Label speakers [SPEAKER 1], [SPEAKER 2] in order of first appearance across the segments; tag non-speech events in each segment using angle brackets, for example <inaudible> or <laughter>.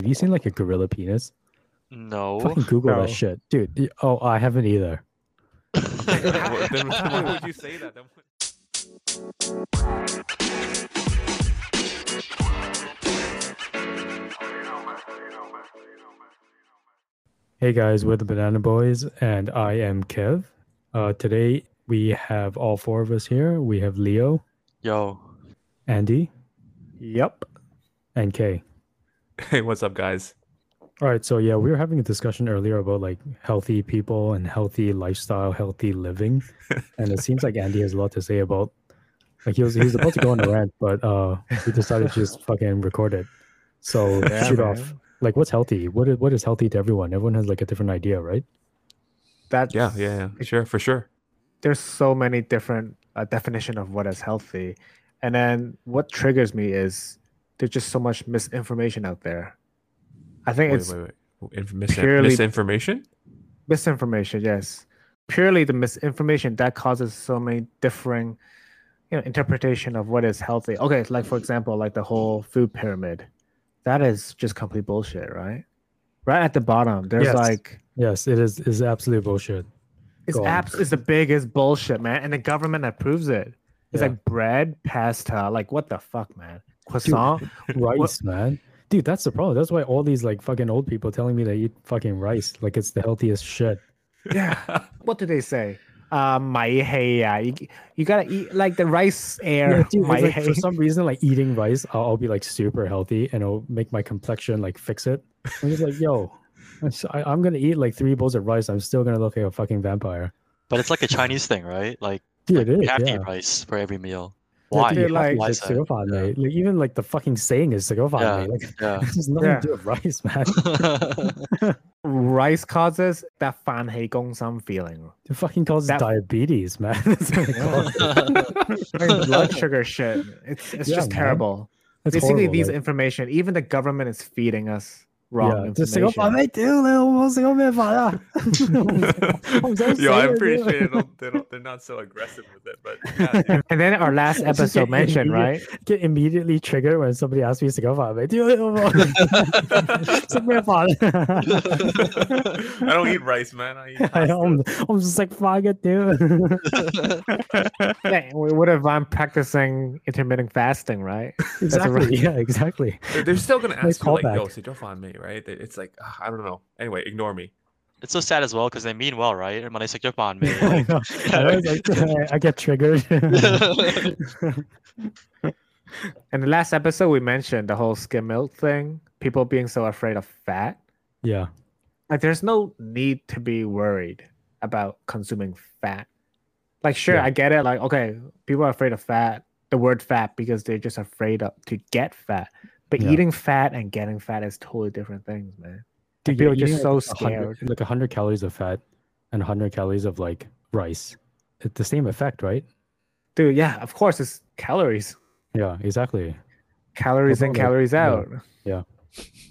[SPEAKER 1] Have you seen like a gorilla penis?
[SPEAKER 2] No. Oh,
[SPEAKER 1] Fucking
[SPEAKER 2] <laughs>
[SPEAKER 1] Google
[SPEAKER 3] No.
[SPEAKER 1] that shit, dude. y- Oh, I haven't either.
[SPEAKER 3] <laughs>
[SPEAKER 1] <laughs>
[SPEAKER 2] Well, then
[SPEAKER 3] Why
[SPEAKER 2] why
[SPEAKER 3] would you say that? Then what-
[SPEAKER 1] Hey guys, we're the Banana Boys, and I am Kev. Uh, today we have all four of us here. We have Leo,
[SPEAKER 2] Yo.
[SPEAKER 1] Andy,
[SPEAKER 4] Yep.
[SPEAKER 1] and Kay.
[SPEAKER 3] <laughs> Hey, what's up, guys?
[SPEAKER 1] All right, so yeah, we were having a discussion earlier about like healthy people and healthy lifestyle, healthy living, and it seems like Andy has a lot to say about. Like he was, he was about to go on a rant, but uh, we decided to just fucking record it. So
[SPEAKER 4] Yeah,
[SPEAKER 1] shoot
[SPEAKER 4] man.
[SPEAKER 1] off. Like, what's healthy? What is, what is healthy to everyone? Everyone has like a different idea, right?
[SPEAKER 4] That's
[SPEAKER 3] Yeah, yeah, yeah. Sure, for sure.
[SPEAKER 4] There's so many different uh, definition of what is healthy, and then what triggers me is there's just so much misinformation out there. I think
[SPEAKER 3] Wait,
[SPEAKER 4] it's
[SPEAKER 3] wait, wait. Inf- mis-
[SPEAKER 4] purely-
[SPEAKER 3] misinformation?
[SPEAKER 4] misinformation. Yes, purely the misinformation that causes so many differing, you know, interpretation of what is healthy. Okay, like for example, like the whole food pyramid, that is just complete bullshit, right? Right at the bottom, there's
[SPEAKER 1] Yes.
[SPEAKER 4] like
[SPEAKER 1] Yes, it is. Is absolute bullshit.
[SPEAKER 4] It's
[SPEAKER 1] Go on.
[SPEAKER 4] abs is the biggest bullshit, man, and the government approves it. It's
[SPEAKER 1] Yeah.
[SPEAKER 4] like bread, pasta, like what the fuck, man? Croissant,
[SPEAKER 1] rice, man. Dude, that's the problem. That's why all these like fucking old people telling me they eat fucking rice, like it's the healthiest shit.
[SPEAKER 3] <laughs> Yeah.
[SPEAKER 4] what do they say? Uh, my hey, yeah, you, you gotta eat like the rice air.
[SPEAKER 1] Yeah, dude, it's
[SPEAKER 4] my
[SPEAKER 1] like,
[SPEAKER 2] <laughs>
[SPEAKER 4] hey.
[SPEAKER 1] for some reason, like eating rice, I'll, I'll be like super healthy and it'll make my complexion like fix it. I'm just like, yo, I'm, s- I, am gonna eat like three bowls of rice. I'm still gonna look like a fucking vampire.
[SPEAKER 2] But it's like a Chinese thing, right? Like,
[SPEAKER 1] Dude, it
[SPEAKER 2] you
[SPEAKER 1] is.
[SPEAKER 2] have to
[SPEAKER 1] Yeah.
[SPEAKER 2] eat rice for every meal.
[SPEAKER 1] You have
[SPEAKER 2] Why?
[SPEAKER 1] to
[SPEAKER 4] They're
[SPEAKER 1] be healthy,
[SPEAKER 4] like-
[SPEAKER 2] Why
[SPEAKER 1] like,
[SPEAKER 2] is that?
[SPEAKER 1] Siropan,
[SPEAKER 2] Yeah.
[SPEAKER 1] right? Like, even like the fucking saying is Siropan,
[SPEAKER 2] Yeah.
[SPEAKER 1] right? Like, <laughs>
[SPEAKER 2] <laughs> Yeah.
[SPEAKER 1] there's nothing
[SPEAKER 4] Yeah.
[SPEAKER 1] to do with rice, man.
[SPEAKER 4] rice causes that fan hey gong some feeling,
[SPEAKER 1] It fucking causes
[SPEAKER 4] That-
[SPEAKER 1] diabetes, <laughs> man. That's what it
[SPEAKER 4] Yeah.
[SPEAKER 1] causes. <laughs>
[SPEAKER 4] Like, blood sugar shit. It's it's
[SPEAKER 1] Yeah,
[SPEAKER 4] just
[SPEAKER 1] man.
[SPEAKER 4] terrible.
[SPEAKER 1] That's
[SPEAKER 4] Basically,
[SPEAKER 1] horrible,
[SPEAKER 4] these
[SPEAKER 1] like-
[SPEAKER 4] information, even the government is feeding us wrong
[SPEAKER 1] Yeah, just like, oh, 我把
[SPEAKER 4] information. <laughs>
[SPEAKER 1] 妹丢了，我是个面法的。
[SPEAKER 3] Yo, I'm pretty sure they don't, they don't, they're not so aggressive with it, but yeah,
[SPEAKER 4] <laughs>
[SPEAKER 3] dude.
[SPEAKER 4] and then our last
[SPEAKER 1] It's <laughs> just
[SPEAKER 4] episode
[SPEAKER 1] like
[SPEAKER 4] mentioned,
[SPEAKER 1] immediate- <laughs>
[SPEAKER 4] right?
[SPEAKER 1] get immediately triggered when somebody asks me to go for <laughs> it. I'm
[SPEAKER 3] <laughs> I don't eat rice, man. I eat
[SPEAKER 1] <laughs> I'm just like fuck it, dude. <laughs>
[SPEAKER 4] yeah, we would have I'm practicing intermittent fasting, right?
[SPEAKER 1] exactly. Yeah,
[SPEAKER 4] <laughs>
[SPEAKER 1] exactly.
[SPEAKER 3] They're, they're still gonna
[SPEAKER 1] Nice
[SPEAKER 3] ask you like,
[SPEAKER 1] callback.
[SPEAKER 3] "Yo, sit on me," right? They- It's like ah, I don't know. Anyway, ignore me.
[SPEAKER 2] it's so sad as well because they mean well, right? And when they say you're fine,
[SPEAKER 1] <laughs> I,
[SPEAKER 2] man.
[SPEAKER 1] know. I always like,
[SPEAKER 4] <laughs>
[SPEAKER 1] I get triggered. <laughs>
[SPEAKER 2] like-
[SPEAKER 4] In the last episode, we mentioned the whole skim milk thing. People being so afraid of fat.
[SPEAKER 1] yeah.
[SPEAKER 4] Like, there's no need to be worried about consuming fat. Like, sure,
[SPEAKER 1] Yeah.
[SPEAKER 4] I get it. Like, okay, people are afraid of fat. The word fat because they're just afraid of to get fat. But
[SPEAKER 1] Yeah.
[SPEAKER 4] eating fat and getting fat is totally different things, man.
[SPEAKER 1] Dude,
[SPEAKER 4] people
[SPEAKER 1] you're
[SPEAKER 4] are just
[SPEAKER 1] eating,
[SPEAKER 4] so
[SPEAKER 1] like, 100
[SPEAKER 4] scared.
[SPEAKER 1] Like 100 calories of fat and 100 calories of like rice. It's the same effect, right?
[SPEAKER 4] Dude, yeah, of course, it's calories,
[SPEAKER 1] Yeah, exactly.
[SPEAKER 4] calories in,
[SPEAKER 1] Definitely.
[SPEAKER 4] calories
[SPEAKER 1] Yeah.
[SPEAKER 4] out.
[SPEAKER 1] Yeah.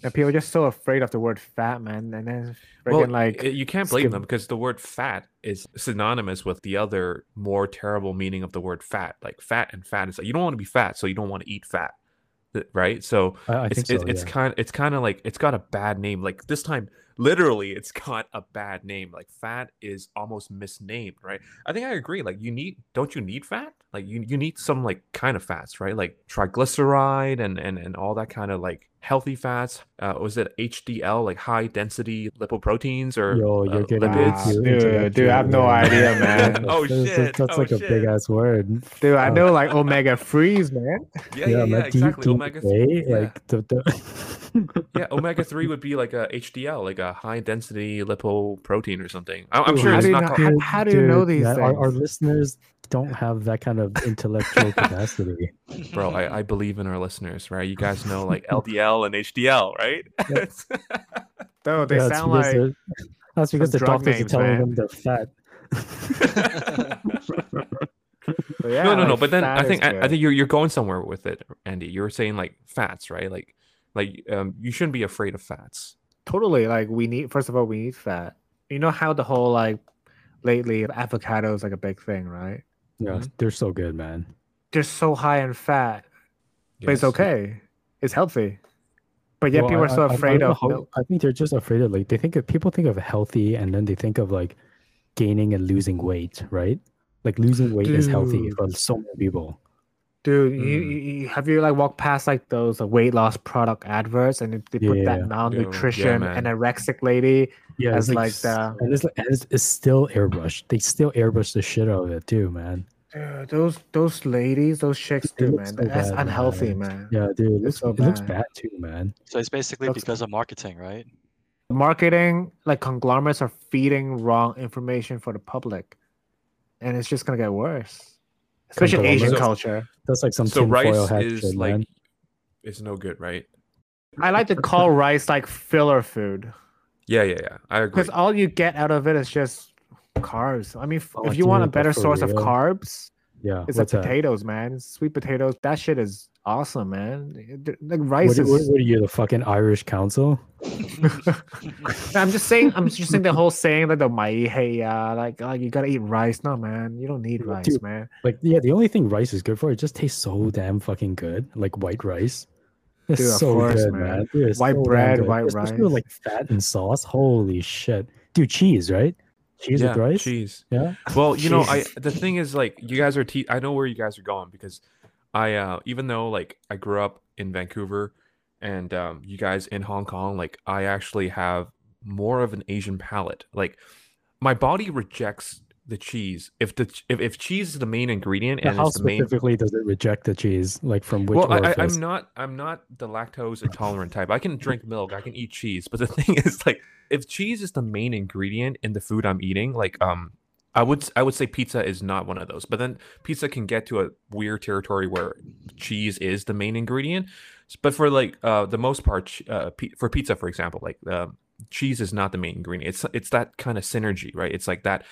[SPEAKER 4] And people are just so afraid of the word fat, man. And then freaking
[SPEAKER 3] Well,
[SPEAKER 4] like,
[SPEAKER 3] like you can't blame
[SPEAKER 4] skim-
[SPEAKER 3] them because the word "fat" is synonymous with the other more terrible meaning of the word "fat." Like fat and fat is like you don't want to be fat, so you don't want to eat fat, Th- right? So
[SPEAKER 1] I, I
[SPEAKER 3] it's
[SPEAKER 1] think so.
[SPEAKER 3] it's, it's
[SPEAKER 1] yeah.
[SPEAKER 3] kind it's kind of like it's got a bad name. Like this time, literally, it's got a bad name. Like fat is almost misnamed, right? I think I agree. Like you need don't you need fat? Like you you need some like kind of fats, right? Like triglyceride and and and all that kind of like healthy fats. Uh, was it HDL like high density lipoproteins or
[SPEAKER 1] Yo,
[SPEAKER 3] uh,
[SPEAKER 1] you're getting
[SPEAKER 4] lipids.
[SPEAKER 1] too
[SPEAKER 4] Dude,
[SPEAKER 1] into that
[SPEAKER 4] dude, I have
[SPEAKER 1] shit,
[SPEAKER 4] no
[SPEAKER 1] man. <laughs>
[SPEAKER 4] idea, man.
[SPEAKER 3] <laughs> Oh,
[SPEAKER 1] That's- that's-
[SPEAKER 3] shit.
[SPEAKER 1] That's
[SPEAKER 3] Oh,
[SPEAKER 1] like a big
[SPEAKER 3] shit.
[SPEAKER 1] ass word.
[SPEAKER 4] Dude, I
[SPEAKER 1] Oh.
[SPEAKER 4] know like omega threes, man.
[SPEAKER 3] Yeah, yeah, yeah,
[SPEAKER 1] like, do you
[SPEAKER 3] exactly.
[SPEAKER 1] think
[SPEAKER 3] Omega three.
[SPEAKER 1] they,
[SPEAKER 3] yeah.
[SPEAKER 1] like the, <laughs> the
[SPEAKER 3] Yeah, omega three would be like a HDL, like a high density lipoprotein or something. I- I'm
[SPEAKER 1] Dude,
[SPEAKER 3] sure
[SPEAKER 4] how
[SPEAKER 3] it's
[SPEAKER 4] do you
[SPEAKER 3] not.
[SPEAKER 4] know-
[SPEAKER 3] called-
[SPEAKER 4] how- how do you know these
[SPEAKER 1] man, Our, our
[SPEAKER 4] things?
[SPEAKER 1] listeners don't have that kind of
[SPEAKER 3] <laughs>
[SPEAKER 1] intellectual capacity.
[SPEAKER 2] <laughs>
[SPEAKER 3] bro I, I believe in our listeners right you guys know <laughs> like ldl and hdl right <laughs>
[SPEAKER 4] <laughs> Though they
[SPEAKER 1] Yeah, it's
[SPEAKER 4] sound
[SPEAKER 1] because
[SPEAKER 4] like
[SPEAKER 1] they're- that's because the
[SPEAKER 4] some drug
[SPEAKER 1] doctors are
[SPEAKER 4] names,
[SPEAKER 1] telling
[SPEAKER 4] man.
[SPEAKER 1] them they're fat. <laughs>
[SPEAKER 4] but yeah,
[SPEAKER 3] no no no
[SPEAKER 4] like,
[SPEAKER 3] but then
[SPEAKER 4] fat
[SPEAKER 3] i
[SPEAKER 4] is
[SPEAKER 3] think I, I
[SPEAKER 4] good.
[SPEAKER 3] think you're, you're going somewhere with it andy you were saying like fats right like like um, you shouldn't be afraid of fats
[SPEAKER 4] totally like we need first of all we need fat. You know how the whole like lately avocado is like a big thing, right?
[SPEAKER 1] Yeah,
[SPEAKER 3] Mhm.
[SPEAKER 1] they're so good, man.
[SPEAKER 4] They're so high in fat, but it's
[SPEAKER 3] Yes.
[SPEAKER 4] okay. It's healthy. But yet
[SPEAKER 1] Well,
[SPEAKER 4] people are so
[SPEAKER 1] I- I- I
[SPEAKER 4] afraid
[SPEAKER 1] don't know
[SPEAKER 4] of
[SPEAKER 1] how-
[SPEAKER 4] no-
[SPEAKER 1] I think they're just afraid of like they think of people think of healthy and then they think of like gaining and losing weight, right? Like losing weight is healthy
[SPEAKER 4] Dude.
[SPEAKER 1] for so many people.
[SPEAKER 4] Dude, you, you, you have you like walked past like those uh, weight loss product adverts and they, they put that
[SPEAKER 1] Yeah.
[SPEAKER 4] malnutrition
[SPEAKER 3] man.
[SPEAKER 4] anorexic lady
[SPEAKER 1] Yeah,
[SPEAKER 4] as like the
[SPEAKER 1] and it's like and it's, it's still airbrushed. They still airbrush the shit out of it too, man.
[SPEAKER 4] Dude, those those ladies, those chicks
[SPEAKER 1] They
[SPEAKER 4] too,
[SPEAKER 1] look
[SPEAKER 4] man.
[SPEAKER 1] so
[SPEAKER 4] that's
[SPEAKER 1] bad,
[SPEAKER 4] unhealthy, man.
[SPEAKER 1] Yeah, dude, it looks,
[SPEAKER 4] It's so
[SPEAKER 1] it looks
[SPEAKER 4] bad.
[SPEAKER 1] bad too, man.
[SPEAKER 2] So it's basically
[SPEAKER 4] That's-
[SPEAKER 2] because of marketing, <laughs> right?
[SPEAKER 4] Marketing, like conglomerates, are feeding wrong information for the public, and it's just gonna get worse. Especially Asian
[SPEAKER 1] Conglomerates?
[SPEAKER 4] culture.
[SPEAKER 1] That's like some
[SPEAKER 3] so
[SPEAKER 1] tinfoil
[SPEAKER 3] rice
[SPEAKER 1] hat
[SPEAKER 3] is
[SPEAKER 1] shit,
[SPEAKER 3] like
[SPEAKER 1] man.
[SPEAKER 3] it's no good, right?
[SPEAKER 4] I like
[SPEAKER 1] <laughs>
[SPEAKER 4] to call rice like filler food
[SPEAKER 3] Yeah, yeah, yeah. I agree.
[SPEAKER 4] because all you get out of it is just carbs. I mean, f-
[SPEAKER 1] Oh,
[SPEAKER 4] if you want a
[SPEAKER 1] dude, but
[SPEAKER 4] better
[SPEAKER 1] for
[SPEAKER 4] source of
[SPEAKER 1] real?
[SPEAKER 4] carbs,
[SPEAKER 1] Yeah,
[SPEAKER 4] it's like
[SPEAKER 1] what's that?
[SPEAKER 4] potatoes, man. Sweet potatoes. That shit is awesome, man. Like
[SPEAKER 1] What,
[SPEAKER 4] rice
[SPEAKER 1] do-
[SPEAKER 4] is.
[SPEAKER 1] what, what are you, the fucking Irish Council?
[SPEAKER 4] No, I'm just saying. I'm just
[SPEAKER 1] <laughs>
[SPEAKER 4] saying the whole saying like the mai hey uh, like like you gotta eat rice. No man, you don't need
[SPEAKER 1] Dude.
[SPEAKER 4] rice, man.
[SPEAKER 1] Like, yeah, the only thing rice is good for, it just tastes so damn fucking good. Like white rice. It's
[SPEAKER 4] Dude, of
[SPEAKER 1] so
[SPEAKER 4] course,
[SPEAKER 1] good,
[SPEAKER 4] man.
[SPEAKER 1] man. Dude, it's
[SPEAKER 4] White
[SPEAKER 1] so damn
[SPEAKER 4] bread,
[SPEAKER 1] good.
[SPEAKER 4] white
[SPEAKER 1] Especially
[SPEAKER 4] rice.
[SPEAKER 1] with, like fat and sauce. Holy shit. Dude, cheese, right? Cheese
[SPEAKER 3] yeah,
[SPEAKER 1] with rice?
[SPEAKER 3] cheese.
[SPEAKER 1] Yeah.
[SPEAKER 3] Well, you know,
[SPEAKER 1] <laughs>
[SPEAKER 3] I
[SPEAKER 4] Jesus.
[SPEAKER 3] the thing is like you guys are te- I know where you guys are going because I uh even though like I grew up in Vancouver and um you guys in Hong Kong, like I actually have more of an Asian palate. Like my body rejects the cheese. If the ch- if, if cheese is the main ingredient
[SPEAKER 1] Now,
[SPEAKER 3] and
[SPEAKER 1] how
[SPEAKER 3] it's the main
[SPEAKER 1] specifically does it reject the cheese? Like from which
[SPEAKER 3] well, I, I,
[SPEAKER 1] orifice?
[SPEAKER 3] I'm not. I'm not the lactose intolerant type. I can drink milk. I can eat cheese. But the <laughs> thing is, like, if cheese is the main ingredient in the food I'm eating, like, um, I would s- I would say pizza is not one of those. But then pizza can get to a weird territory where cheese is the main ingredient. S- But for like uh, the most part, ch- uh, pi- for pizza, for example, like um cheese is not the main ingredient. It's it's that kind of synergy, right? It's like that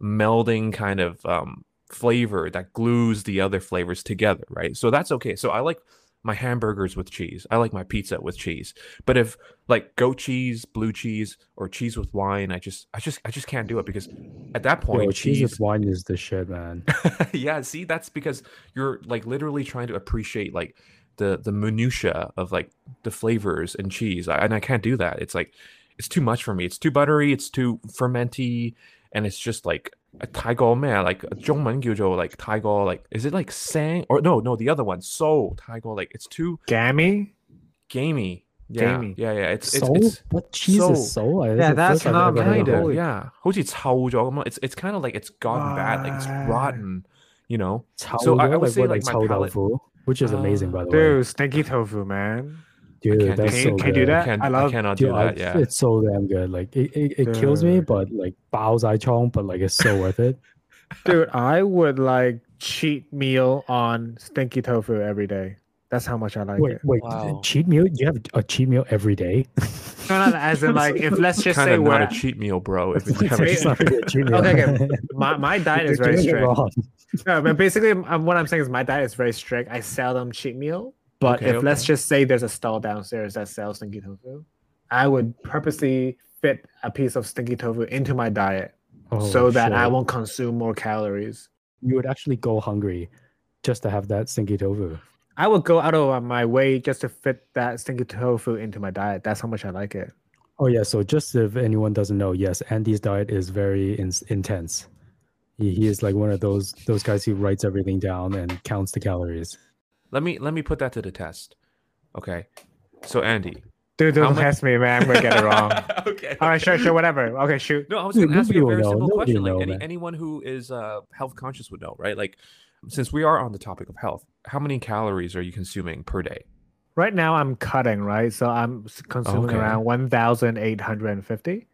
[SPEAKER 3] melding kind of um, flavor that glues the other flavors together, right? So that's okay. So I like my hamburgers with cheese. I like my pizza with cheese. But if like goat cheese, blue cheese, or cheese with wine, I just I just I just can't do it because at that
[SPEAKER 1] Yo,
[SPEAKER 3] point
[SPEAKER 1] cheese
[SPEAKER 3] cheese
[SPEAKER 1] with wine is the shit, man.
[SPEAKER 3] yeah, see that's because you're like literally trying to appreciate like the the minutia of like the flavors and cheese. I, and I can't do that. It's like it's too much for me. It's too buttery, it's too fermenty, and it's just like a Taigo man, like Zhongmen like Taigo, like is it like Sang or no, no, the other one, So Taigo, like it's too
[SPEAKER 4] Gammy.
[SPEAKER 3] gamey. Yeah,
[SPEAKER 4] Gamey.
[SPEAKER 3] yeah, yeah. <laughs> It's it's,
[SPEAKER 1] soul?
[SPEAKER 3] it's
[SPEAKER 1] what cheese is soul? I-
[SPEAKER 4] Yeah,
[SPEAKER 1] the
[SPEAKER 4] that's
[SPEAKER 1] first I've
[SPEAKER 4] not
[SPEAKER 1] ever heard
[SPEAKER 4] mine,
[SPEAKER 1] of
[SPEAKER 3] kind
[SPEAKER 4] dude.
[SPEAKER 1] that.
[SPEAKER 3] of yeah. 好似炒咗咁啊。It's it's kind of like it's gotten bad, like it's
[SPEAKER 1] Ah.
[SPEAKER 4] Right.
[SPEAKER 3] rotten, you know.
[SPEAKER 1] So I, would say like,
[SPEAKER 3] my
[SPEAKER 1] chao
[SPEAKER 3] palate-
[SPEAKER 1] tofu, which is amazing by the way.
[SPEAKER 4] Uh, Dude, stinky
[SPEAKER 3] <laughs>
[SPEAKER 4] tofu, man.
[SPEAKER 1] Dude,
[SPEAKER 3] can't do
[SPEAKER 1] that's
[SPEAKER 4] can,
[SPEAKER 1] so
[SPEAKER 4] you, can you do
[SPEAKER 1] good.
[SPEAKER 4] that?
[SPEAKER 3] can't,
[SPEAKER 4] I love.
[SPEAKER 3] cannot
[SPEAKER 1] Dude,
[SPEAKER 3] do
[SPEAKER 1] I-
[SPEAKER 3] that. Yeah,
[SPEAKER 1] it's so damn good. Like it, it, it kills me,
[SPEAKER 4] Dude.
[SPEAKER 1] but like bao zai chong, but like it's so worth it.
[SPEAKER 4] Dude, I would like cheat meal on stinky tofu every day. That's how much <laughs> I like
[SPEAKER 1] wait,
[SPEAKER 4] it.
[SPEAKER 1] wait,
[SPEAKER 2] Wow.
[SPEAKER 1] cheat meal? You have a cheat meal every day? <laughs>
[SPEAKER 4] No, no,
[SPEAKER 3] <laughs>
[SPEAKER 4] as in like if let's just
[SPEAKER 3] kind
[SPEAKER 4] say
[SPEAKER 3] of not
[SPEAKER 4] we're
[SPEAKER 3] a cheat meal, bro.
[SPEAKER 4] <laughs>
[SPEAKER 3] If you have a
[SPEAKER 1] it's
[SPEAKER 3] cheat-
[SPEAKER 1] not really a cheat meal. <laughs>
[SPEAKER 4] Okay, okay. my, my diet
[SPEAKER 1] You're
[SPEAKER 4] is very
[SPEAKER 1] doing it
[SPEAKER 4] strict.
[SPEAKER 3] <laughs>
[SPEAKER 1] wrong.
[SPEAKER 4] No, but basically, um, what I'm saying is my diet is very strict. I seldom cheat meal. But
[SPEAKER 3] Okay,
[SPEAKER 4] if let's
[SPEAKER 3] okay.
[SPEAKER 4] just say there's a stall downstairs that sells stinky tofu, I would purposely fit a piece of stinky tofu into my diet
[SPEAKER 3] Oh,
[SPEAKER 1] Holy
[SPEAKER 4] so that I
[SPEAKER 1] Oh, shit.
[SPEAKER 4] won't consume more calories.
[SPEAKER 1] You would actually go hungry just to have that stinky tofu.
[SPEAKER 4] I would go out of my way just to fit that stinky tofu into my diet. That's how much I like it.
[SPEAKER 1] Oh yeah. So just if anyone doesn't know, yes, Andy's diet is very in- intense. He, he is like one of those those guys who writes everything down and counts the calories.
[SPEAKER 3] let me let me put that to the test. Okay, so Andy,
[SPEAKER 4] Dude,
[SPEAKER 3] How
[SPEAKER 4] don't
[SPEAKER 3] much-
[SPEAKER 4] test me, man. I'm gonna get it wrong.
[SPEAKER 3] <laughs> okay.
[SPEAKER 4] All right, sure, sure, whatever. Okay, shoot.
[SPEAKER 3] No, I was
[SPEAKER 1] Dude,
[SPEAKER 3] going to ask you a
[SPEAKER 1] nobody will
[SPEAKER 3] very
[SPEAKER 1] know.
[SPEAKER 3] simple
[SPEAKER 1] Nobody
[SPEAKER 3] question. Like
[SPEAKER 1] will know,
[SPEAKER 3] any,
[SPEAKER 1] man.
[SPEAKER 3] anyone who is uh, health conscious would know, right? Like since we are on the topic of health, how many calories are you consuming per day?
[SPEAKER 4] Right now, I'm cutting, right? So I'm s- consuming
[SPEAKER 3] Okay.
[SPEAKER 4] around 1,850.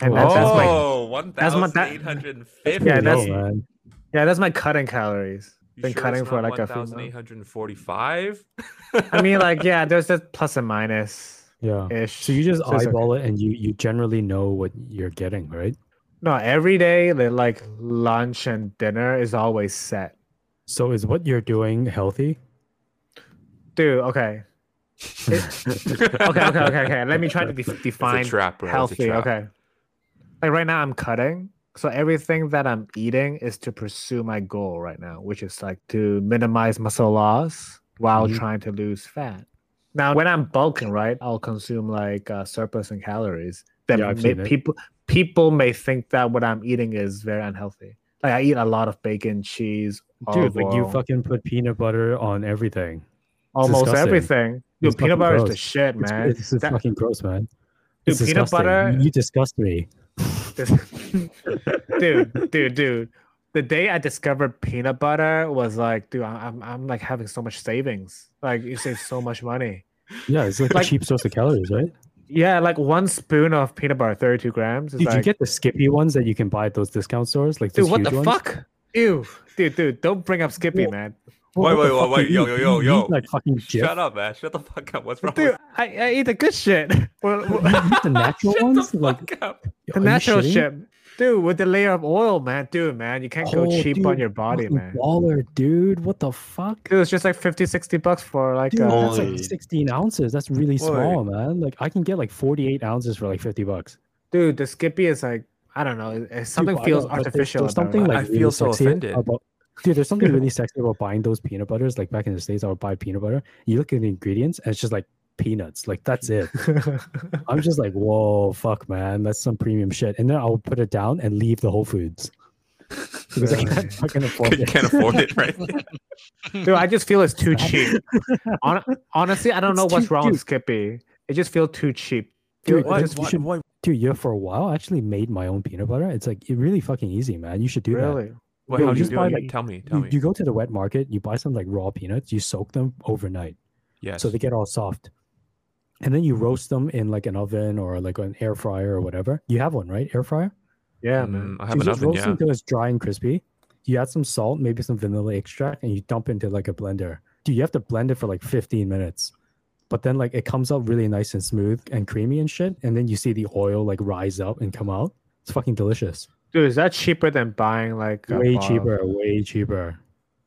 [SPEAKER 4] And
[SPEAKER 1] Wow.
[SPEAKER 4] that, that's my
[SPEAKER 3] Oh, one
[SPEAKER 4] that's my- that-
[SPEAKER 3] hundred and fifty.
[SPEAKER 4] Yeah,
[SPEAKER 1] Yo,
[SPEAKER 4] that's-
[SPEAKER 1] man.
[SPEAKER 4] Yeah, that's my cutting calories.
[SPEAKER 3] You
[SPEAKER 4] Been
[SPEAKER 3] sure
[SPEAKER 4] cutting
[SPEAKER 3] it's
[SPEAKER 4] for
[SPEAKER 3] not
[SPEAKER 4] like a few months.
[SPEAKER 3] 1,845?
[SPEAKER 4] I mean, like, yeah, there's just plus and minus
[SPEAKER 1] yeah.
[SPEAKER 4] ish.
[SPEAKER 1] So you just
[SPEAKER 4] it's okay.
[SPEAKER 1] eyeball it, and you you generally know what you're getting, right?
[SPEAKER 4] no every day, li- like lunch and dinner is always set,
[SPEAKER 1] So is what you're doing healthy?
[SPEAKER 4] dude. Okay,
[SPEAKER 3] <laughs>
[SPEAKER 4] okay, okay, okay, okay. Let me try to def define
[SPEAKER 3] it's a trap, bro. it's a
[SPEAKER 4] healthy.
[SPEAKER 3] trap.
[SPEAKER 4] Okay, like right now, I'm cutting, so everything that I'm eating is to pursue my goal right now, which is like to minimize muscle loss while
[SPEAKER 1] Mhm.
[SPEAKER 4] trying to lose fat. Now, when I'm bulking, right, I'll consume like uh, surplus in calories. Then
[SPEAKER 1] Yeah, I've
[SPEAKER 4] may,
[SPEAKER 1] seen it.
[SPEAKER 4] people people may think that what I'm eating is very unhealthy. Like I eat a lot of bacon, cheese,
[SPEAKER 1] Dude, like you
[SPEAKER 4] oil,
[SPEAKER 1] fucking put peanut butter on everything.
[SPEAKER 4] almost
[SPEAKER 1] disgusting.
[SPEAKER 4] everything.
[SPEAKER 1] It's
[SPEAKER 4] Dude,
[SPEAKER 1] fucking
[SPEAKER 4] peanut butter is the
[SPEAKER 1] gross.
[SPEAKER 4] shit,
[SPEAKER 1] It's-
[SPEAKER 4] man.
[SPEAKER 1] It's, it's
[SPEAKER 4] That-
[SPEAKER 1] fucking gross, man.
[SPEAKER 4] Dude,
[SPEAKER 1] It's
[SPEAKER 4] peanut
[SPEAKER 1] disgusting.
[SPEAKER 4] butter-
[SPEAKER 1] You, you disgust me.
[SPEAKER 4] <laughs> dude, dude, dude. The day I discovered peanut butter was like, dude, I- I'm I'm like having so much savings. Like you save so much money.
[SPEAKER 1] Yeah, it's like,
[SPEAKER 4] Like-
[SPEAKER 1] a cheap source of calories, right?
[SPEAKER 4] Yeah, like one spoon of peanut butter, 32 grams. Is
[SPEAKER 1] Did you
[SPEAKER 4] like,
[SPEAKER 1] get the Skippy ones that you can buy at those discount stores? Like
[SPEAKER 4] dude,
[SPEAKER 1] those
[SPEAKER 4] what
[SPEAKER 1] huge
[SPEAKER 4] the
[SPEAKER 1] ones?
[SPEAKER 4] fuck? Ew. Dude, dude, don't bring up Skippy,
[SPEAKER 1] Well,
[SPEAKER 4] man.
[SPEAKER 1] What
[SPEAKER 3] Wait,
[SPEAKER 1] the
[SPEAKER 3] wait,
[SPEAKER 1] fuck
[SPEAKER 3] wait,
[SPEAKER 1] you
[SPEAKER 3] yo,
[SPEAKER 1] eat?
[SPEAKER 3] yo,
[SPEAKER 1] You
[SPEAKER 3] yo,
[SPEAKER 1] eat,
[SPEAKER 3] yo.
[SPEAKER 1] Like fucking
[SPEAKER 3] Shut
[SPEAKER 1] Shut
[SPEAKER 3] up, man. Shut the fuck up. What's wrong
[SPEAKER 4] Dude, I, I eat the good shit. Well, <laughs> well,
[SPEAKER 1] eat the natural
[SPEAKER 3] Shut
[SPEAKER 1] ones?
[SPEAKER 3] the
[SPEAKER 1] Like
[SPEAKER 3] fuck up.
[SPEAKER 4] the
[SPEAKER 1] are you
[SPEAKER 4] natural
[SPEAKER 1] shitting?
[SPEAKER 4] shit. Dude, with the layer of oil, man. Dude, man, you can't go
[SPEAKER 1] Oh,
[SPEAKER 4] cheap
[SPEAKER 1] dude,
[SPEAKER 4] on your body,
[SPEAKER 1] Fucking
[SPEAKER 4] man.
[SPEAKER 1] Baller, dude. What the fuck?
[SPEAKER 4] Dude, it's just like 50, 60 bucks for like
[SPEAKER 1] Dude,
[SPEAKER 4] uh,
[SPEAKER 1] that's
[SPEAKER 2] Holy.
[SPEAKER 1] like 16 ounces. That's really small, man. Like I can get like 48 ounces for like 50 bucks.
[SPEAKER 4] dude the skippy is like i don't know it- it-
[SPEAKER 1] Dude,
[SPEAKER 4] something
[SPEAKER 1] but I
[SPEAKER 4] feels
[SPEAKER 1] know, but there's-
[SPEAKER 4] artificial
[SPEAKER 1] There's
[SPEAKER 4] about
[SPEAKER 1] something
[SPEAKER 4] it.
[SPEAKER 1] like
[SPEAKER 3] I
[SPEAKER 1] really
[SPEAKER 3] feel so
[SPEAKER 1] sexy
[SPEAKER 3] offended.
[SPEAKER 1] About, dude, there's something
[SPEAKER 4] <laughs>
[SPEAKER 1] really sexy about buying those peanut butters. Like back in the states, I would buy peanut butter. You look at the ingredients, and it's just like peanuts. Like that's
[SPEAKER 4] <laughs>
[SPEAKER 1] it. I'm just like, whoa, fuck, man, that's some premium shit. And then I'll put it down and leave the Whole Foods because I can't
[SPEAKER 4] <laughs>
[SPEAKER 1] fucking afford
[SPEAKER 3] You
[SPEAKER 1] it.
[SPEAKER 3] can't afford it, <laughs> right?
[SPEAKER 4] dude i just feel it's too cheap
[SPEAKER 1] <laughs>
[SPEAKER 4] Hon- honestly i don't
[SPEAKER 1] It's
[SPEAKER 4] know what's
[SPEAKER 1] too
[SPEAKER 4] wrong with
[SPEAKER 1] cheap.
[SPEAKER 4] skippy it just feels too cheap
[SPEAKER 1] Dude,
[SPEAKER 4] Dude, I
[SPEAKER 1] I
[SPEAKER 4] just-
[SPEAKER 1] just, you should, dude, yeah, for a while, I actually made my own peanut butter. It's like it really fucking easy, man. You should do that.
[SPEAKER 4] really
[SPEAKER 3] Wait,
[SPEAKER 1] Yo,
[SPEAKER 3] how do you
[SPEAKER 1] just
[SPEAKER 3] do
[SPEAKER 1] buy,
[SPEAKER 3] it?
[SPEAKER 1] like,
[SPEAKER 3] tell me, tell
[SPEAKER 1] You,
[SPEAKER 3] me.
[SPEAKER 1] you go to the wet market, you buy some like raw peanuts, you soak them overnight
[SPEAKER 3] yes.
[SPEAKER 1] so they get all soft, and then you roast them in like an oven or like an air fryer or whatever. You have one, right? Air fryer.
[SPEAKER 4] yeah
[SPEAKER 3] Mm,
[SPEAKER 4] man
[SPEAKER 3] I
[SPEAKER 1] So
[SPEAKER 3] have
[SPEAKER 1] you
[SPEAKER 3] an
[SPEAKER 1] just
[SPEAKER 3] oven,
[SPEAKER 1] roast
[SPEAKER 3] yeah.
[SPEAKER 1] until it's dry and crispy. You add some salt, maybe some vanilla extract, and you dump into like a blender. Dude, you have to blend it for like 15 minutes. But then like it comes out really nice and smooth and creamy and shit. And then you see the oil like rise up and come out. It's fucking delicious.
[SPEAKER 4] dude is that cheaper than buying like a
[SPEAKER 1] way
[SPEAKER 4] bar of-
[SPEAKER 1] cheaper, way cheaper.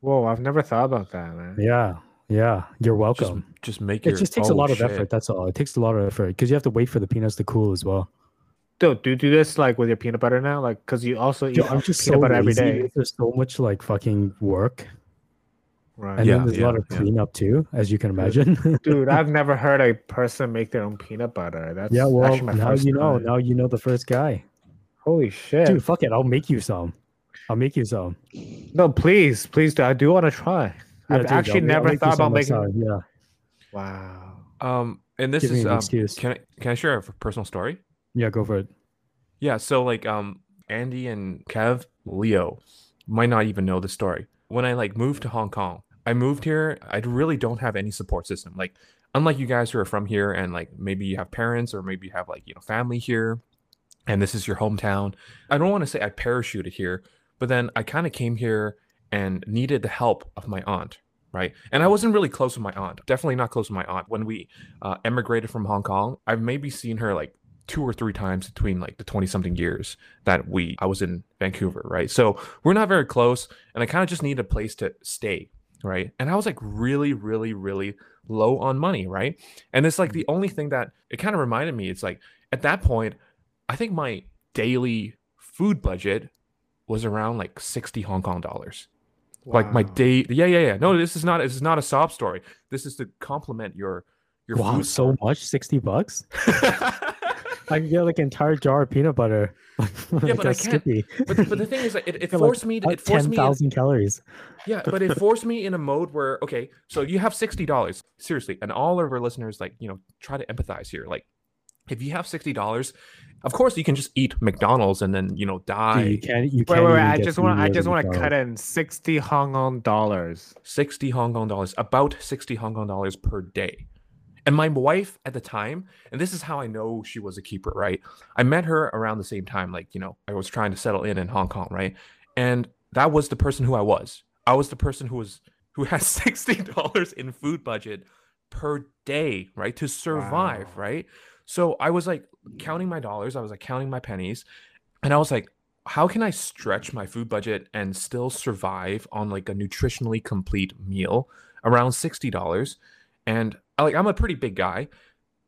[SPEAKER 4] whoa i've never thought about that man
[SPEAKER 1] Yeah. Yeah. You're
[SPEAKER 3] Just,
[SPEAKER 1] welcome.
[SPEAKER 3] just make
[SPEAKER 1] it
[SPEAKER 3] your
[SPEAKER 1] just takes a
[SPEAKER 3] own
[SPEAKER 1] lot of
[SPEAKER 3] shit.
[SPEAKER 1] effort. That's all. It takes a lot of effort because you have to wait for the peanuts to cool as well.
[SPEAKER 4] dude do you do this like with your peanut butter now like because you also eat
[SPEAKER 1] Dude, I'm just
[SPEAKER 4] peanut
[SPEAKER 1] so
[SPEAKER 4] butter every
[SPEAKER 1] lazy.
[SPEAKER 4] day
[SPEAKER 1] There's so much like fucking work.
[SPEAKER 4] <laughs> right
[SPEAKER 1] And
[SPEAKER 3] Yeah,
[SPEAKER 1] then there's
[SPEAKER 3] yeah,
[SPEAKER 1] a lot of
[SPEAKER 3] yeah.
[SPEAKER 1] cleanup too, as you can imagine. <laughs>
[SPEAKER 4] dude i've never heard a person make their own peanut butter that's
[SPEAKER 1] Yeah, well,
[SPEAKER 4] actually my
[SPEAKER 1] now
[SPEAKER 4] first
[SPEAKER 1] you know.
[SPEAKER 4] time.
[SPEAKER 1] Now you know the first guy.
[SPEAKER 4] holy shit
[SPEAKER 1] Dude, fuck it. I'll make you some. I'll make you some.
[SPEAKER 4] No, please, please do. I do want to try.
[SPEAKER 1] Yeah,
[SPEAKER 4] I've
[SPEAKER 1] dude, I'll-
[SPEAKER 4] actually
[SPEAKER 1] I'll
[SPEAKER 4] never
[SPEAKER 1] make you
[SPEAKER 4] thought
[SPEAKER 1] some
[SPEAKER 4] about making.
[SPEAKER 1] myself, Yeah.
[SPEAKER 4] Wow.
[SPEAKER 3] Um, and this
[SPEAKER 1] Give me
[SPEAKER 3] is
[SPEAKER 1] an
[SPEAKER 3] um,
[SPEAKER 1] excuse.
[SPEAKER 3] can I can I share a personal story?
[SPEAKER 1] Yeah, go for it.
[SPEAKER 3] Yeah, so like um Andy and Kev, Leo might not even know the story. When I like moved to Hong Kong, I moved here, I really don't have any support system. Like unlike you guys who are from here and like maybe you have parents or maybe you have like, you know, family here and this is your hometown. I don't want to say I parachuted here, but then I kind of came here and needed the help of my aunt, right? And I wasn't really close with my aunt. Definitely not close with my aunt. When we uh, emigrated from Hong Kong, I've maybe seen her like two or three times between like the 20 something years that we I was in Vancouver, right? So we're not very close and I kind of just needed a place to stay, right? And I was like really really really low on money, right? And it's like the only thing that it kind of reminded me it's like at that point I think my daily food budget was around like 60 Hong Kong dollars like my
[SPEAKER 4] Wow.
[SPEAKER 3] day yeah yeah yeah no this is not this is not a sob story this is to complement your your
[SPEAKER 1] Wow,
[SPEAKER 3] food
[SPEAKER 1] so much? 60
[SPEAKER 4] <laughs>
[SPEAKER 1] bucks?
[SPEAKER 3] <laughs>
[SPEAKER 1] I could get like an entire jar of peanut butter. <laughs> Like, like
[SPEAKER 3] but
[SPEAKER 1] a
[SPEAKER 3] I can't-
[SPEAKER 1] Skippy.
[SPEAKER 3] but, the- but the thing is that it,
[SPEAKER 1] <laughs>
[SPEAKER 3] it
[SPEAKER 1] Yeah, like,
[SPEAKER 3] forced me to,
[SPEAKER 1] Like
[SPEAKER 3] it forced me in-
[SPEAKER 1] 10,000 calories.
[SPEAKER 3] yeah but it forced me in a mode where okay so you have $60 seriously and all of our listeners like you know try to empathize here like if you have $60 of course you can just eat mcdonald's and then you know die
[SPEAKER 1] Dude, you can't. You
[SPEAKER 4] Wait,
[SPEAKER 1] can't
[SPEAKER 4] wait, wait.
[SPEAKER 1] even
[SPEAKER 4] I
[SPEAKER 1] get
[SPEAKER 4] just
[SPEAKER 1] three
[SPEAKER 4] want. I
[SPEAKER 1] meals
[SPEAKER 4] just
[SPEAKER 1] at
[SPEAKER 4] want to cut
[SPEAKER 1] McDonald's.
[SPEAKER 4] in sixty Hong Kong dollars.
[SPEAKER 3] 60 Hong Kong dollars, about 60 Hong Kong dollars per day. And my wife at the time, and this is how I know she was a keeper, right? I met her around the same time, like, you know, I was trying to settle in in Hong Kong, right? And that was the person who I was. I was the person who was <laughs> who has $60 in food budget per day, right? To survive,
[SPEAKER 4] Wow.
[SPEAKER 3] right? So I was like counting my dollars, I was like counting my pennies, and I was like, how can I stretch my food budget and still survive on like a nutritionally complete meal around sixty dollars? And I, like I'm a pretty big guy,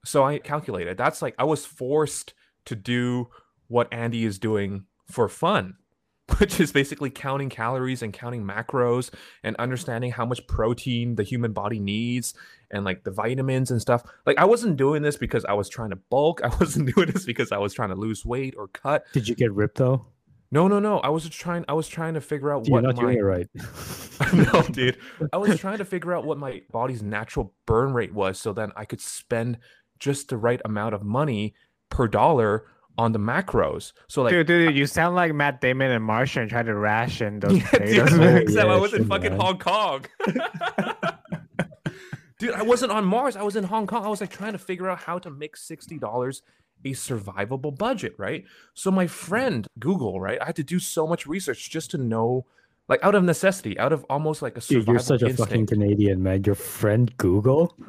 [SPEAKER 3] so I calculated that's like I was forced to do what Andy is doing for fun, <laughs> which is basically counting calories and counting macros and understanding how much protein the human body needs and like the vitamins and stuff. Like I wasn't doing this because I was trying to bulk. <laughs> I wasn't doing this because I was trying to lose weight or cut.
[SPEAKER 1] Did you get ripped though?
[SPEAKER 3] No, no, no. I was just trying I was trying to figure out
[SPEAKER 1] You're
[SPEAKER 3] what
[SPEAKER 1] not
[SPEAKER 3] my
[SPEAKER 1] doing it
[SPEAKER 3] <laughs>
[SPEAKER 1] right.
[SPEAKER 3] no, dude. I was trying to figure out what my body's natural burn rate was so then I could spend just the right amount of money per dollar on the macros. So like
[SPEAKER 4] dude, dude, dude, you sound like Matt Damon and Martian trying to ration <laughs> those
[SPEAKER 3] <laughs> Yeah, dude,
[SPEAKER 4] potatoes.
[SPEAKER 1] man.
[SPEAKER 3] <laughs> except I
[SPEAKER 1] Yeah,
[SPEAKER 3] was
[SPEAKER 1] sure,
[SPEAKER 3] in fucking
[SPEAKER 1] man.
[SPEAKER 3] Hong Kong. <laughs> dude, I wasn't on Mars. I was in Hong Kong. I was like trying to figure out how to make sixty dollars a survivable budget, right? So my friend Google, right? I had to do so much research just to know, like out of necessity, out of almost like a survival
[SPEAKER 1] Dude, you're such a fucking
[SPEAKER 3] instinct.
[SPEAKER 1] Canadian, man. Your friend Google? <laughs>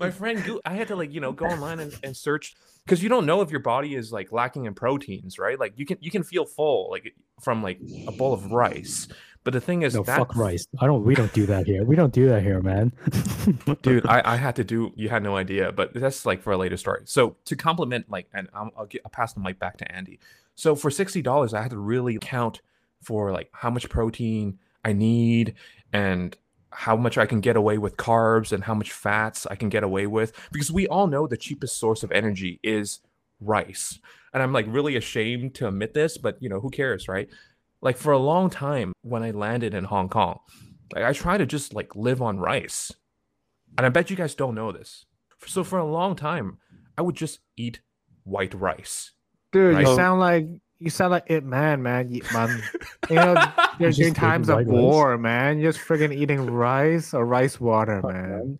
[SPEAKER 3] my friend Goo- I had to like you know go online and, and search because you don't know if your body is like lacking in proteins, right? Like you can you can feel full like from like a bowl of rice, but the thing is
[SPEAKER 1] No,
[SPEAKER 3] that
[SPEAKER 1] fuck rice. I don't. We don't do that here. We don't do that here, man. <laughs>
[SPEAKER 3] dude I, I had to do you had no idea but that's like for a later story so to compliment like and I'll, I'll, get, I'll pass the mic back to andy so for $60 i had to really count for like how much protein i need and how much i can get away with carbs and how much fats i can get away with because we all know the cheapest source of energy is rice and i'm like really ashamed to admit this but you know who cares right like for a long time when i landed in hong kong like i tried to just like live on rice and I bet you guys don't know this. So for a long time, I would just eat white rice.
[SPEAKER 4] Dude,
[SPEAKER 3] Right.
[SPEAKER 4] you sound like you sound like it man, man. Ye- man.
[SPEAKER 3] <laughs>
[SPEAKER 4] You know, <laughs>
[SPEAKER 1] You're
[SPEAKER 4] during,
[SPEAKER 1] just eating
[SPEAKER 4] during times of
[SPEAKER 1] white rice?
[SPEAKER 4] war, man, you're just friggin' eating rice or rice water, man.
[SPEAKER 1] Man.